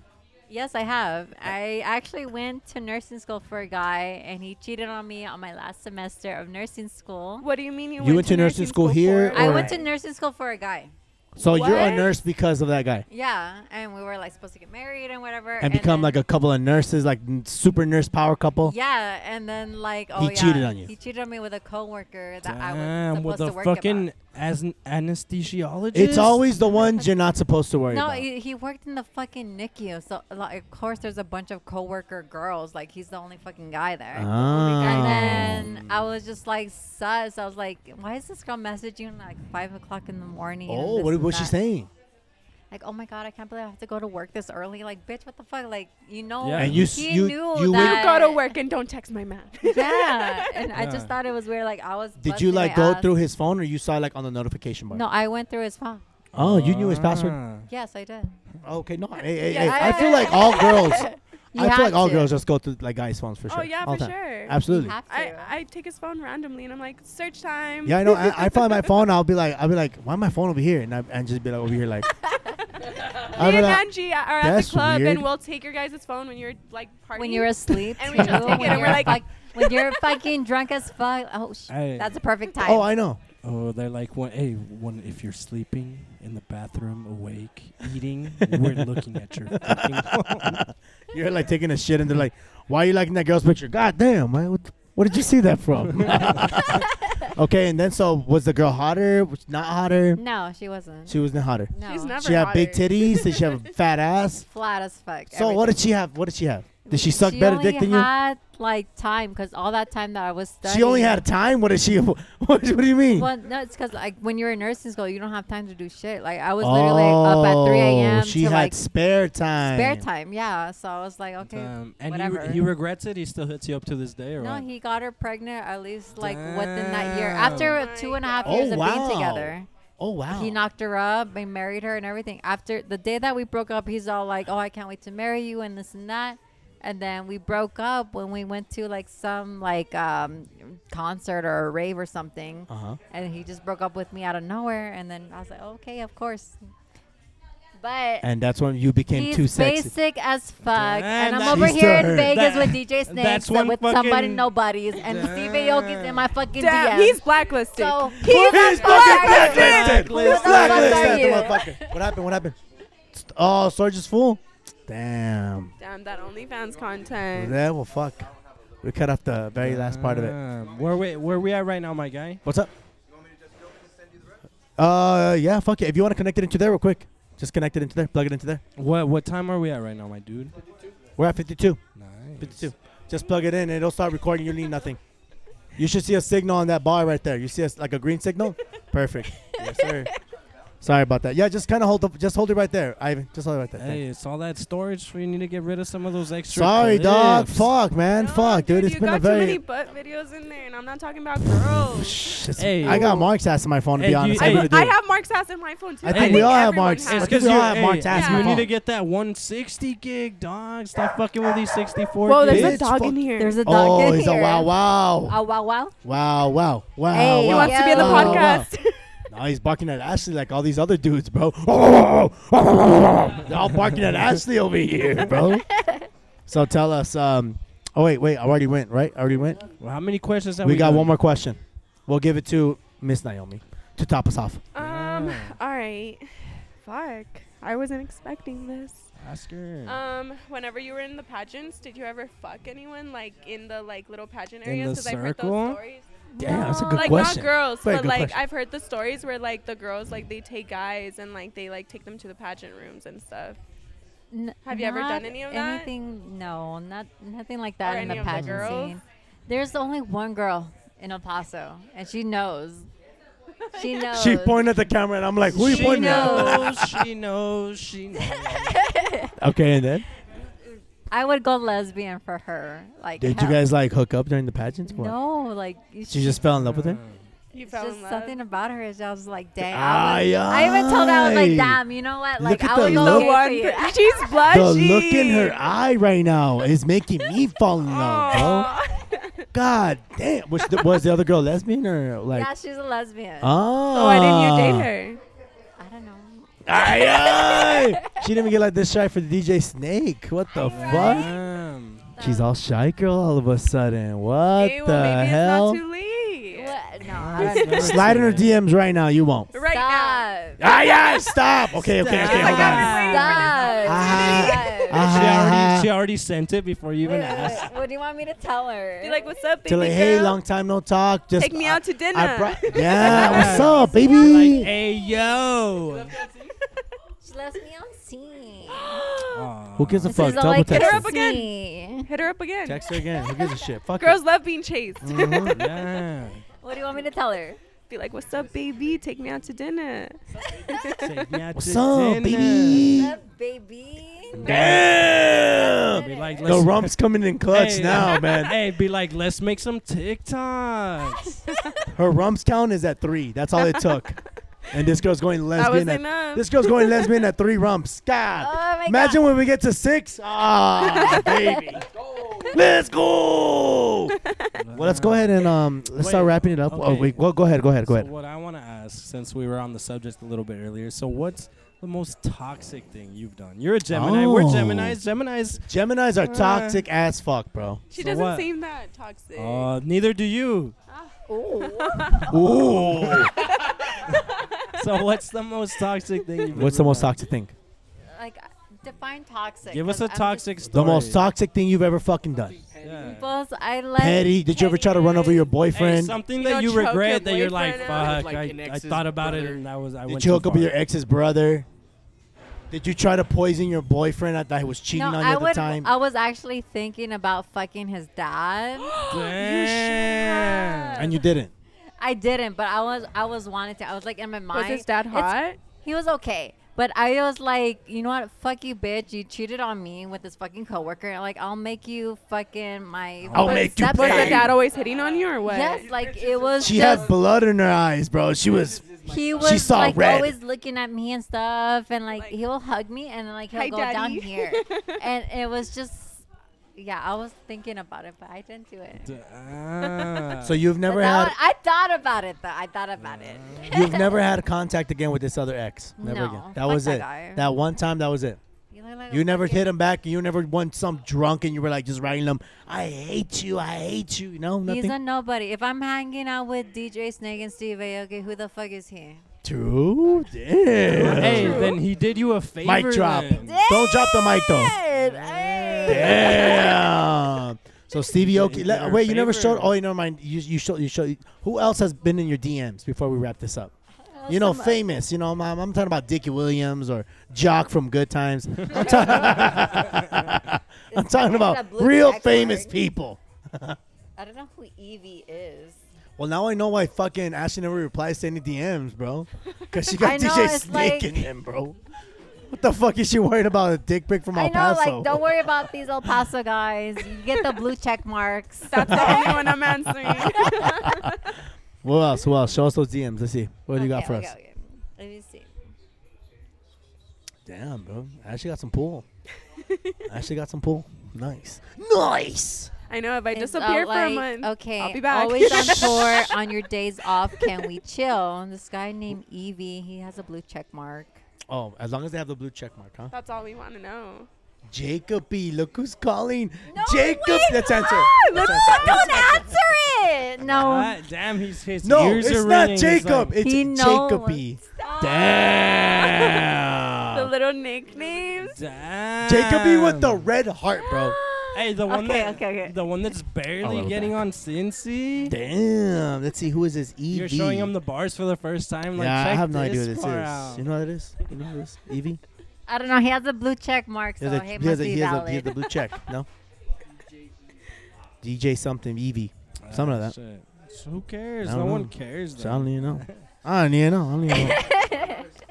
Yes, I have. I actually went to nursing school for a guy, and he cheated on me on my last semester of nursing school.
What do you mean you,
You went to nursing school
for
here
it?
I
or-
went to nursing school for a guy.
So you're a
What?
nurse because of that guy,
Yeah, and we were like supposed to get married and whatever.
and become like a couple of nurses, like n- super nurse power couple.
Yeah, and then like oh
He
yeah,
cheated on you.
He cheated on me with a coworker that I was
Damn,
supposed
with a
to work
fucking
about.
as an anesthesiologist.
It's always the
[LAUGHS]
ones you're not supposed to worry
No,
about.
he, he worked in the fucking NICU, so like, of course there's a bunch of coworker girls. Like he's the only fucking guy there.
Oh.
And
Ah.
then I was just like sus. I was like, why is this girl messaging like five o'clock in the morning? and
oh,
this
what
and
was she
that?"
saying?
Like, oh my god, I can't believe I have to go to work this early. Like, bitch, what the fuck? Like, you know,
Yeah.
And you s-
he
you-
knew
you
You
went-
that
go to work and don't text my man.
[LAUGHS] Yeah, and I
Yeah.
just thought it was weird. Like, I was.
Did you
busting my
like go
ass.
through his phone, or you saw like on the notification bar?
No, I went through his phone.
Oh, you knew his password.
Ah.
Yes, I did.
Okay, no. Hey, hey,
Yeah,
hey, I,
I-
feel like all
[LAUGHS]
girls.
You
I
have
feel like all
to.
girls just go through like guys' phones for sure.
Oh yeah,
all
for
time.
sure.
Absolutely.
You have to.
I, I take his phone randomly and I'm like, search time.
Yeah, I know. I, I find my
[LAUGHS]
phone. I'll be like, I'll be like, why my phone over here? And I and just be like over here, like. I'll
[LAUGHS] Me
be
and
like,
Angie are at
that's
the club
weird.
and we'll take your guys' phone when you're like partying.
when you're asleep,
[LAUGHS] And we just
too,
take it
when
and
you're
we're like-
fuck- when you're fucking drunk as fuck. Oh,
[LAUGHS]
sh-
Hey.
that's a perfect time.
oh, I know.
Oh, they're like one. Hey, one. If you're sleeping in the bathroom, awake,
[LAUGHS]
eating, we're looking at your fucking phone.
You're like taking a shit, and they're like, why are you liking that girl's picture? God damn, man. What, where did you see that
[LAUGHS]
from? [LAUGHS] okay, and then so was the girl hotter? Was not hotter?
no, she wasn't.
She wasn't hotter.
no,
She's never
She had big
hotter.
titties. Did she have
[LAUGHS]
a fat ass?
flat as fuck.
So what did she have? What did she have? Did she suck better dick than
She
you?
only had like time because all that time that I was studying.
She only had time. What is she? [LAUGHS] What, what do you mean?
Well, no, it's because like when you're in nursing school, you don't have time to do shit. Like I was literally up at 3 a.m.
Oh, She
to
had
like
spare time.
spare time. Yeah, so I was like, okay.
Um, and he,
whatever.
re- he regrets it. He still hits you up to this day, or
no,
what?
he got her pregnant at least like within that year. After
Damn.
two and a half
Oh,
years of
wow.
being together.
Oh wow.
He knocked her up and married her and everything. After the day that we broke up, he's all like, "Oh, I can't wait to marry you and this and that." And then we broke up when we went to like some like um, concert or a rave or something,
Uh-huh.
and he just broke up with me out of nowhere. And then I was like, "Okay, of course," but.
And that's when you became
He's
too sexy.
basic as fuck,
Damn,
and I'm
that-
over
She's
here
still hurt.
in Vegas
That-
with DJ
that's
Snakes
one
and with somebody
fucking-
nobodies, and Steve Aoki's in my fucking
Damn,
DMs.
he's blacklisted.
so who
He's
the
He's
fuck
fucking
are you?
blacklisted.
Who the fuck are
Blacklisted,
you?
motherfucker. What happened? What happened? St- Oh, Sergeant's full. Damn.
Damn, that OnlyFans content.
That well, fuck. We cut off the very last part of it.
Um, where we where we at right now, my guy?
What's up? Uh, yeah, fuck it. If you want to connect it into there real quick, just connect it into there. Plug it into there.
What what time are we at right now, my dude?
We're at 52.
Nice.
52. Just plug it in and it'll start recording. You need nothing. You should see a signal on that bar right there. You see us like a
[LAUGHS]
green signal? Perfect. Yes, sir. Sorry about that. Yeah, just kind of hold up. Just hold it right there, Ivan. Just hold it right there.
Hey, it's all that storage. We need to get rid of some of those extra.
Sorry, dog.
clips.
Fuck, man.
No,
Fuck, dude. It's
you
been
got
a very.
too many butt videos in there, and I'm not talking about girls.
It's-
Hey.
I got Mark's ass on my phone. To
Hey,
be
you-
honest, I
hey.
really do.
I have Mark's ass in my phone too.
I
think we
all have
everyone
Mark's.
has.
It's
I think
because
we
you
all have Mark's ass
in
You
my
need to
phone.
get that 160 gig, dog. Stop fucking with these 64.
Whoa, there's
gigs.
a
Bitch,
dog
fuck.
in here.
There's a [LAUGHS] dog
Oh,
in
he's a
here.
wow, wow,
Oh, wow, wow.
wow, wow, wow.
Hey, he
wow.
wants to be in the
wow, Oh, wow.
podcast.
No, he's barking at Ashley like all these other dudes, bro. [LAUGHS] They're all barking at Ashley over here, bro. So tell us. Um, oh wait, wait. I already went, right? I already went.
Well, how many questions have we,
We got
done?
one more question. We'll give it to Miss Naomi to top us off.
um, [SIGHS]
Yeah.
all right. Fuck. I wasn't expecting this.
Ask her.
Um, whenever you were in the pageants, did you ever fuck anyone like in the like little pageant
In
areas?
the
I've heard
circle?
those stories.
Damn, that's a
No.
good
like
question.
not girls,
Very
but
good
like
question.
I've heard the stories where like the girls like they take guys and like they like take them to the pageant rooms and stuff.
N-
Have you ever
not
done any of that?
Anything? No, not nothing like
Or
that in
any
the
of the
pageant
girls?
scene. There's only one girl in El Paso, and she knows.
[LAUGHS]
She knows.
She pointed at the camera, and I'm like, "Who are you
she
pointing
Oh,
knows, she knows, she knows.
at?" [LAUGHS] Okay, and then
I would go lesbian for her. Like,
did you
hell-
guys like hook up during the pageants? What?
No, like you
She just fell in love with him.
You
It's
fell
just
in love. [LAUGHS]
something about her. is I was like, dang. I,
Ay,
was, I even told her, I
ay.
was like, damn, you know what?
Look
Like,
at
I
the
would go
look.
gay for you.
per- she's blushing.
The look in her
[LAUGHS]
eye right now is making me fall in love,
Oh.
bro. God damn. Was the, was the other girl lesbian or like?
yeah, she's a
[LAUGHS]
lesbian.
Oh.
Oh, why didn't you date her?
I don't know.
Aye,
[LAUGHS]
aye. she didn't even get like this shy for DJ Snake. What the fuck?
Damn.
She's all shy girl all of a sudden. What
hey,
the
well, maybe
hell?
it's not too late.
What?
[LAUGHS]
No,
It's
I don't [LAUGHS] know.
not
Slide in her
too late.
DMs right now. You won't.
Right now.
Stop.
Aye, aye. Stop. Okay, okay, okay. Hold on.
Stop.
Ah.
She
Ah.
already, she already sent it before you even
Wait, wait,
asked.
wait. What do you want me to tell her?
Be like, what's up, baby
Till like, hey,
girl?
long time no talk. Just
Take me
I-
out to dinner. [LAUGHS]
I brought- yeah, what's up, baby?
Like, hey yo.
she left me on scene.
Who gives a fuck?
She's all
Double
like,
text.
Hit her
her.
up again.
"See."
Hit her up again.
Text her again. Who gives a shit? Fuck
Girls love being chased. [LAUGHS]
Mhm. [LAUGHS]
Yeah.
What do you want me to tell her?
Be like, what's up, baby? Take me out to dinner.
Take me out
What's
to
up,
dinner.
baby?
Up, baby.
Damn.
Be like,
The
let's-
rump's coming in clutch
Hey.
now, [LAUGHS] man.
Hey, be like, let's make some TikToks.
Her rump's count is at three. That's all it took. And this girl's going
That was um,
lesbian. At,
enough.
this girl's going lesbian at three rumps.
Oh
God.
my
Imagine when we get to six. Ah, baby. Let's go. Well, let's go ahead and um, let's start
Wait,
wrapping it up. Oh,
okay.
wait, go, go ahead, go ahead, go
So
ahead.
what I want to ask, since we were on the subject a little bit earlier, so what's the most toxic thing you've done? You're a Gemini. We're
Oh.
Geminis. Geminis.
Geminis are
Uh,
toxic as fuck, bro.
She
So
doesn't
what?
seem that toxic.
Uh, neither do you.
God. Ooh.
Ooh.
So [LAUGHS] what's the most toxic thing you've
What's the
ever
most
done?
toxic thing?
like define toxic.
Give us
'cause
a
I'm
toxic
Just,
story.
The most toxic thing you've ever fucking done.
Yeah.
Plus, I like.
Petty. Did you ever try to run over your
Hey,
boyfriend?
something
You
that
don't
you
choke your
regret that you're like, fuck,
boyfriend out?
Like
I,
an
I
ex's
thought about it
brother.
and I was, I went
Did you
too
hook up with
far.
your ex's brother? Did you try to poison your boyfriend that- that was cheating
No,
on you
I
at
would.
the time?
I was actually thinking about fucking his
[GASPS]
dad.
Damn.
and you didn't.
I didn't, but I was. I was wanting to. I was like in my mind.
was his dad
it's-
hot?
He was okay. But I was like, you know what? Fuck you, bitch. You cheated on me with this fucking coworker. And like, I'll make you fucking my.
I'll
fucking
make you
stepson.
Was the
Hey.
dad always hitting on you or what?
[LAUGHS] Yes, like it was.
She
just,
had blood in her eyes, bro. She
[LAUGHS]
was.
he was
saw
like
red.
always looking at me and stuff, and like,
Like,
he'll hug me and like he'll
"Hi,
go down
Daddy."
[LAUGHS] here, and it was just, yeah, I was thinking about it, but I didn't do it.
Damn.
So you've
But
never
that
had.
one- I thought about it though. I [LAUGHS] thought about it.
You've never had contact again with this other ex. Never
No,
again. That
fuck
was
that
it.
guy.
That one time, that was it.
You, look like a
You never
fucking-
hit him back. You never went some drunk and you were like just writing them, I hate you, I hate you. You know, nothing.
He's a nobody. If I'm hanging out with DJ Snake and Steve Aoki, who the fuck is he?
True. Damn.
hey, then he did you a favor.
Mic drop.
then.
Don't drop the mic though.
Hey.
Damn. So Stevie Oki,
did
le-
her
wait, you never
favor.
showed. Oh, you never mind. You you showed you showed. Who else has been in your DMs before we wrap this up? You know,
Uh, Some-
famous. You know, I'm, I'm talking about Dickie Williams or Jock from Good
[LAUGHS]
Times. I'm, ta- [LAUGHS] I'm talking about
blue
real
check
famous
mark.
people.
I don't know who Evie is.
Well, now I know why fucking Ashley never replies to any DMs,
[LAUGHS]
bro. Because she
I
got
know,
DJ
it's
Snake
like-
in them, bro. What the fuck is she worried about? A dick pic from El
I know,
Paso?
like, don't worry about these El Paso guys. You get the blue check
[LAUGHS]
marks.
[LAUGHS]
That's the only one I'm answering.
[LAUGHS]
What else? Who else? Show us those DMs. Let's see. What do you got
Okay,
for
okay,
us?
okay. Let me see.
Damn, bro. Ashley got some
[LAUGHS]
pool. Ashley got some pool. Nice. Nice.
[LAUGHS] I know if I
It's, uh,
disappear for a
like,
month,
Okay,
I'll be back.
always [LAUGHS] on tour. On your days off, can we chill? And this guy named Evie, he has a blue check mark.
Oh, as long as they have the blue check mark, huh?
That's all we want to know.
Jacob B. Look who's calling.
No,
Jacob.
wait,
Let's answer.
Let's don't answer it. No,
God Ah, damn, he's his
No,
ears
it's
are
not
ringing. He's
Jacob.
like,
it's
He knows.
Jacob B.
Stop.
"Ah."
The
Damn.
little nicknames.
damn.
Jacob B. with the red heart,
[GASPS]
bro.
Hey, the one
Okay,
that
okay, okay.
the one that's
A
barely
little
getting
back.
on
E
Cincy.
Damn. Let's see who is this. Ev.
You're showing him the bars for the first time. Like,
yeah, I
check
have no idea what
this
this is.
bar out.
You know what it is? You know what it is? Evie.
I don't know. He has a blue check mark,
He
so
has, a,
he
he, has
must
a,
be
he, has a, he has a
valid.
blue check.
[LAUGHS]
No? DJ something, E Evie. Something like that.
Ah, Shit. So who cares?
I
No
don't
one
know.
cares.
So I
then.
don't even know. I don't even know. I don't even know.
[LAUGHS]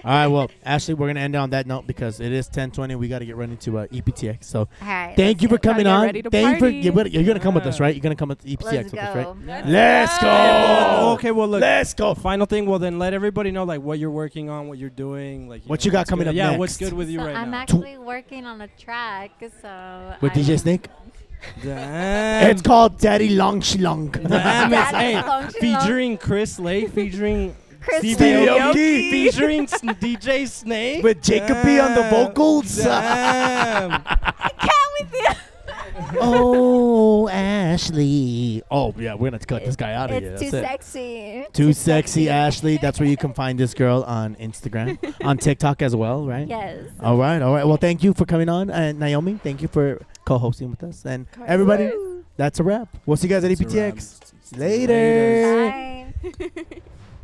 All right, well, Ashley, we're gonna end it on that note because it is 10:20. We got to get running to uh, EPTX. So
All right,
thank you for
Gotta
coming
get
on.
ready to
Thank you for
party.
you're gonna, you're gonna come with us,
Yeah.
right? You're gonna come with E EPTX
let's
with us, right?
go.
Let's go.
Well, Oh, okay, well, look.
Let's go.
Final thing. Well, then let everybody know like what you're working on, what you're doing, like
What
know,
you got
what's
coming
good.
up
Yeah,
next?
what's good with you
So
right
I'm
now?
actually working on a track, so
With
I'm-
DJ Snake,
Damn.
Um,
it's called Daddy Long
[LAUGHS]
Shlong.
Damn, it's-
Daddy
hey,
Long Shlong.
[LAUGHS]
featuring Chris Lake, featuring
Chris
Stevie
Lee.
O. Aoki.
featuring S- DJ Snake
With Jacob B on the
Damn.
vocals. [LAUGHS]
Damn.
Can't we see-
[LAUGHS] oh, Ashley. Oh, yeah, we're going to cut this guy out of here.
It's
That's
too
it.
sexy.
Too sexy, Ashley. That's where you can find this girl on
[LAUGHS]
Instagram, on TikTok as well, right?
Yes.
All right, all right. Well, thank you for coming on, and Naomi, thank you for co-hosting with us, and
Of course.
E everybody. That's a wrap. We'll see you guys at
It's a wrap.
EPTX later.
Bye.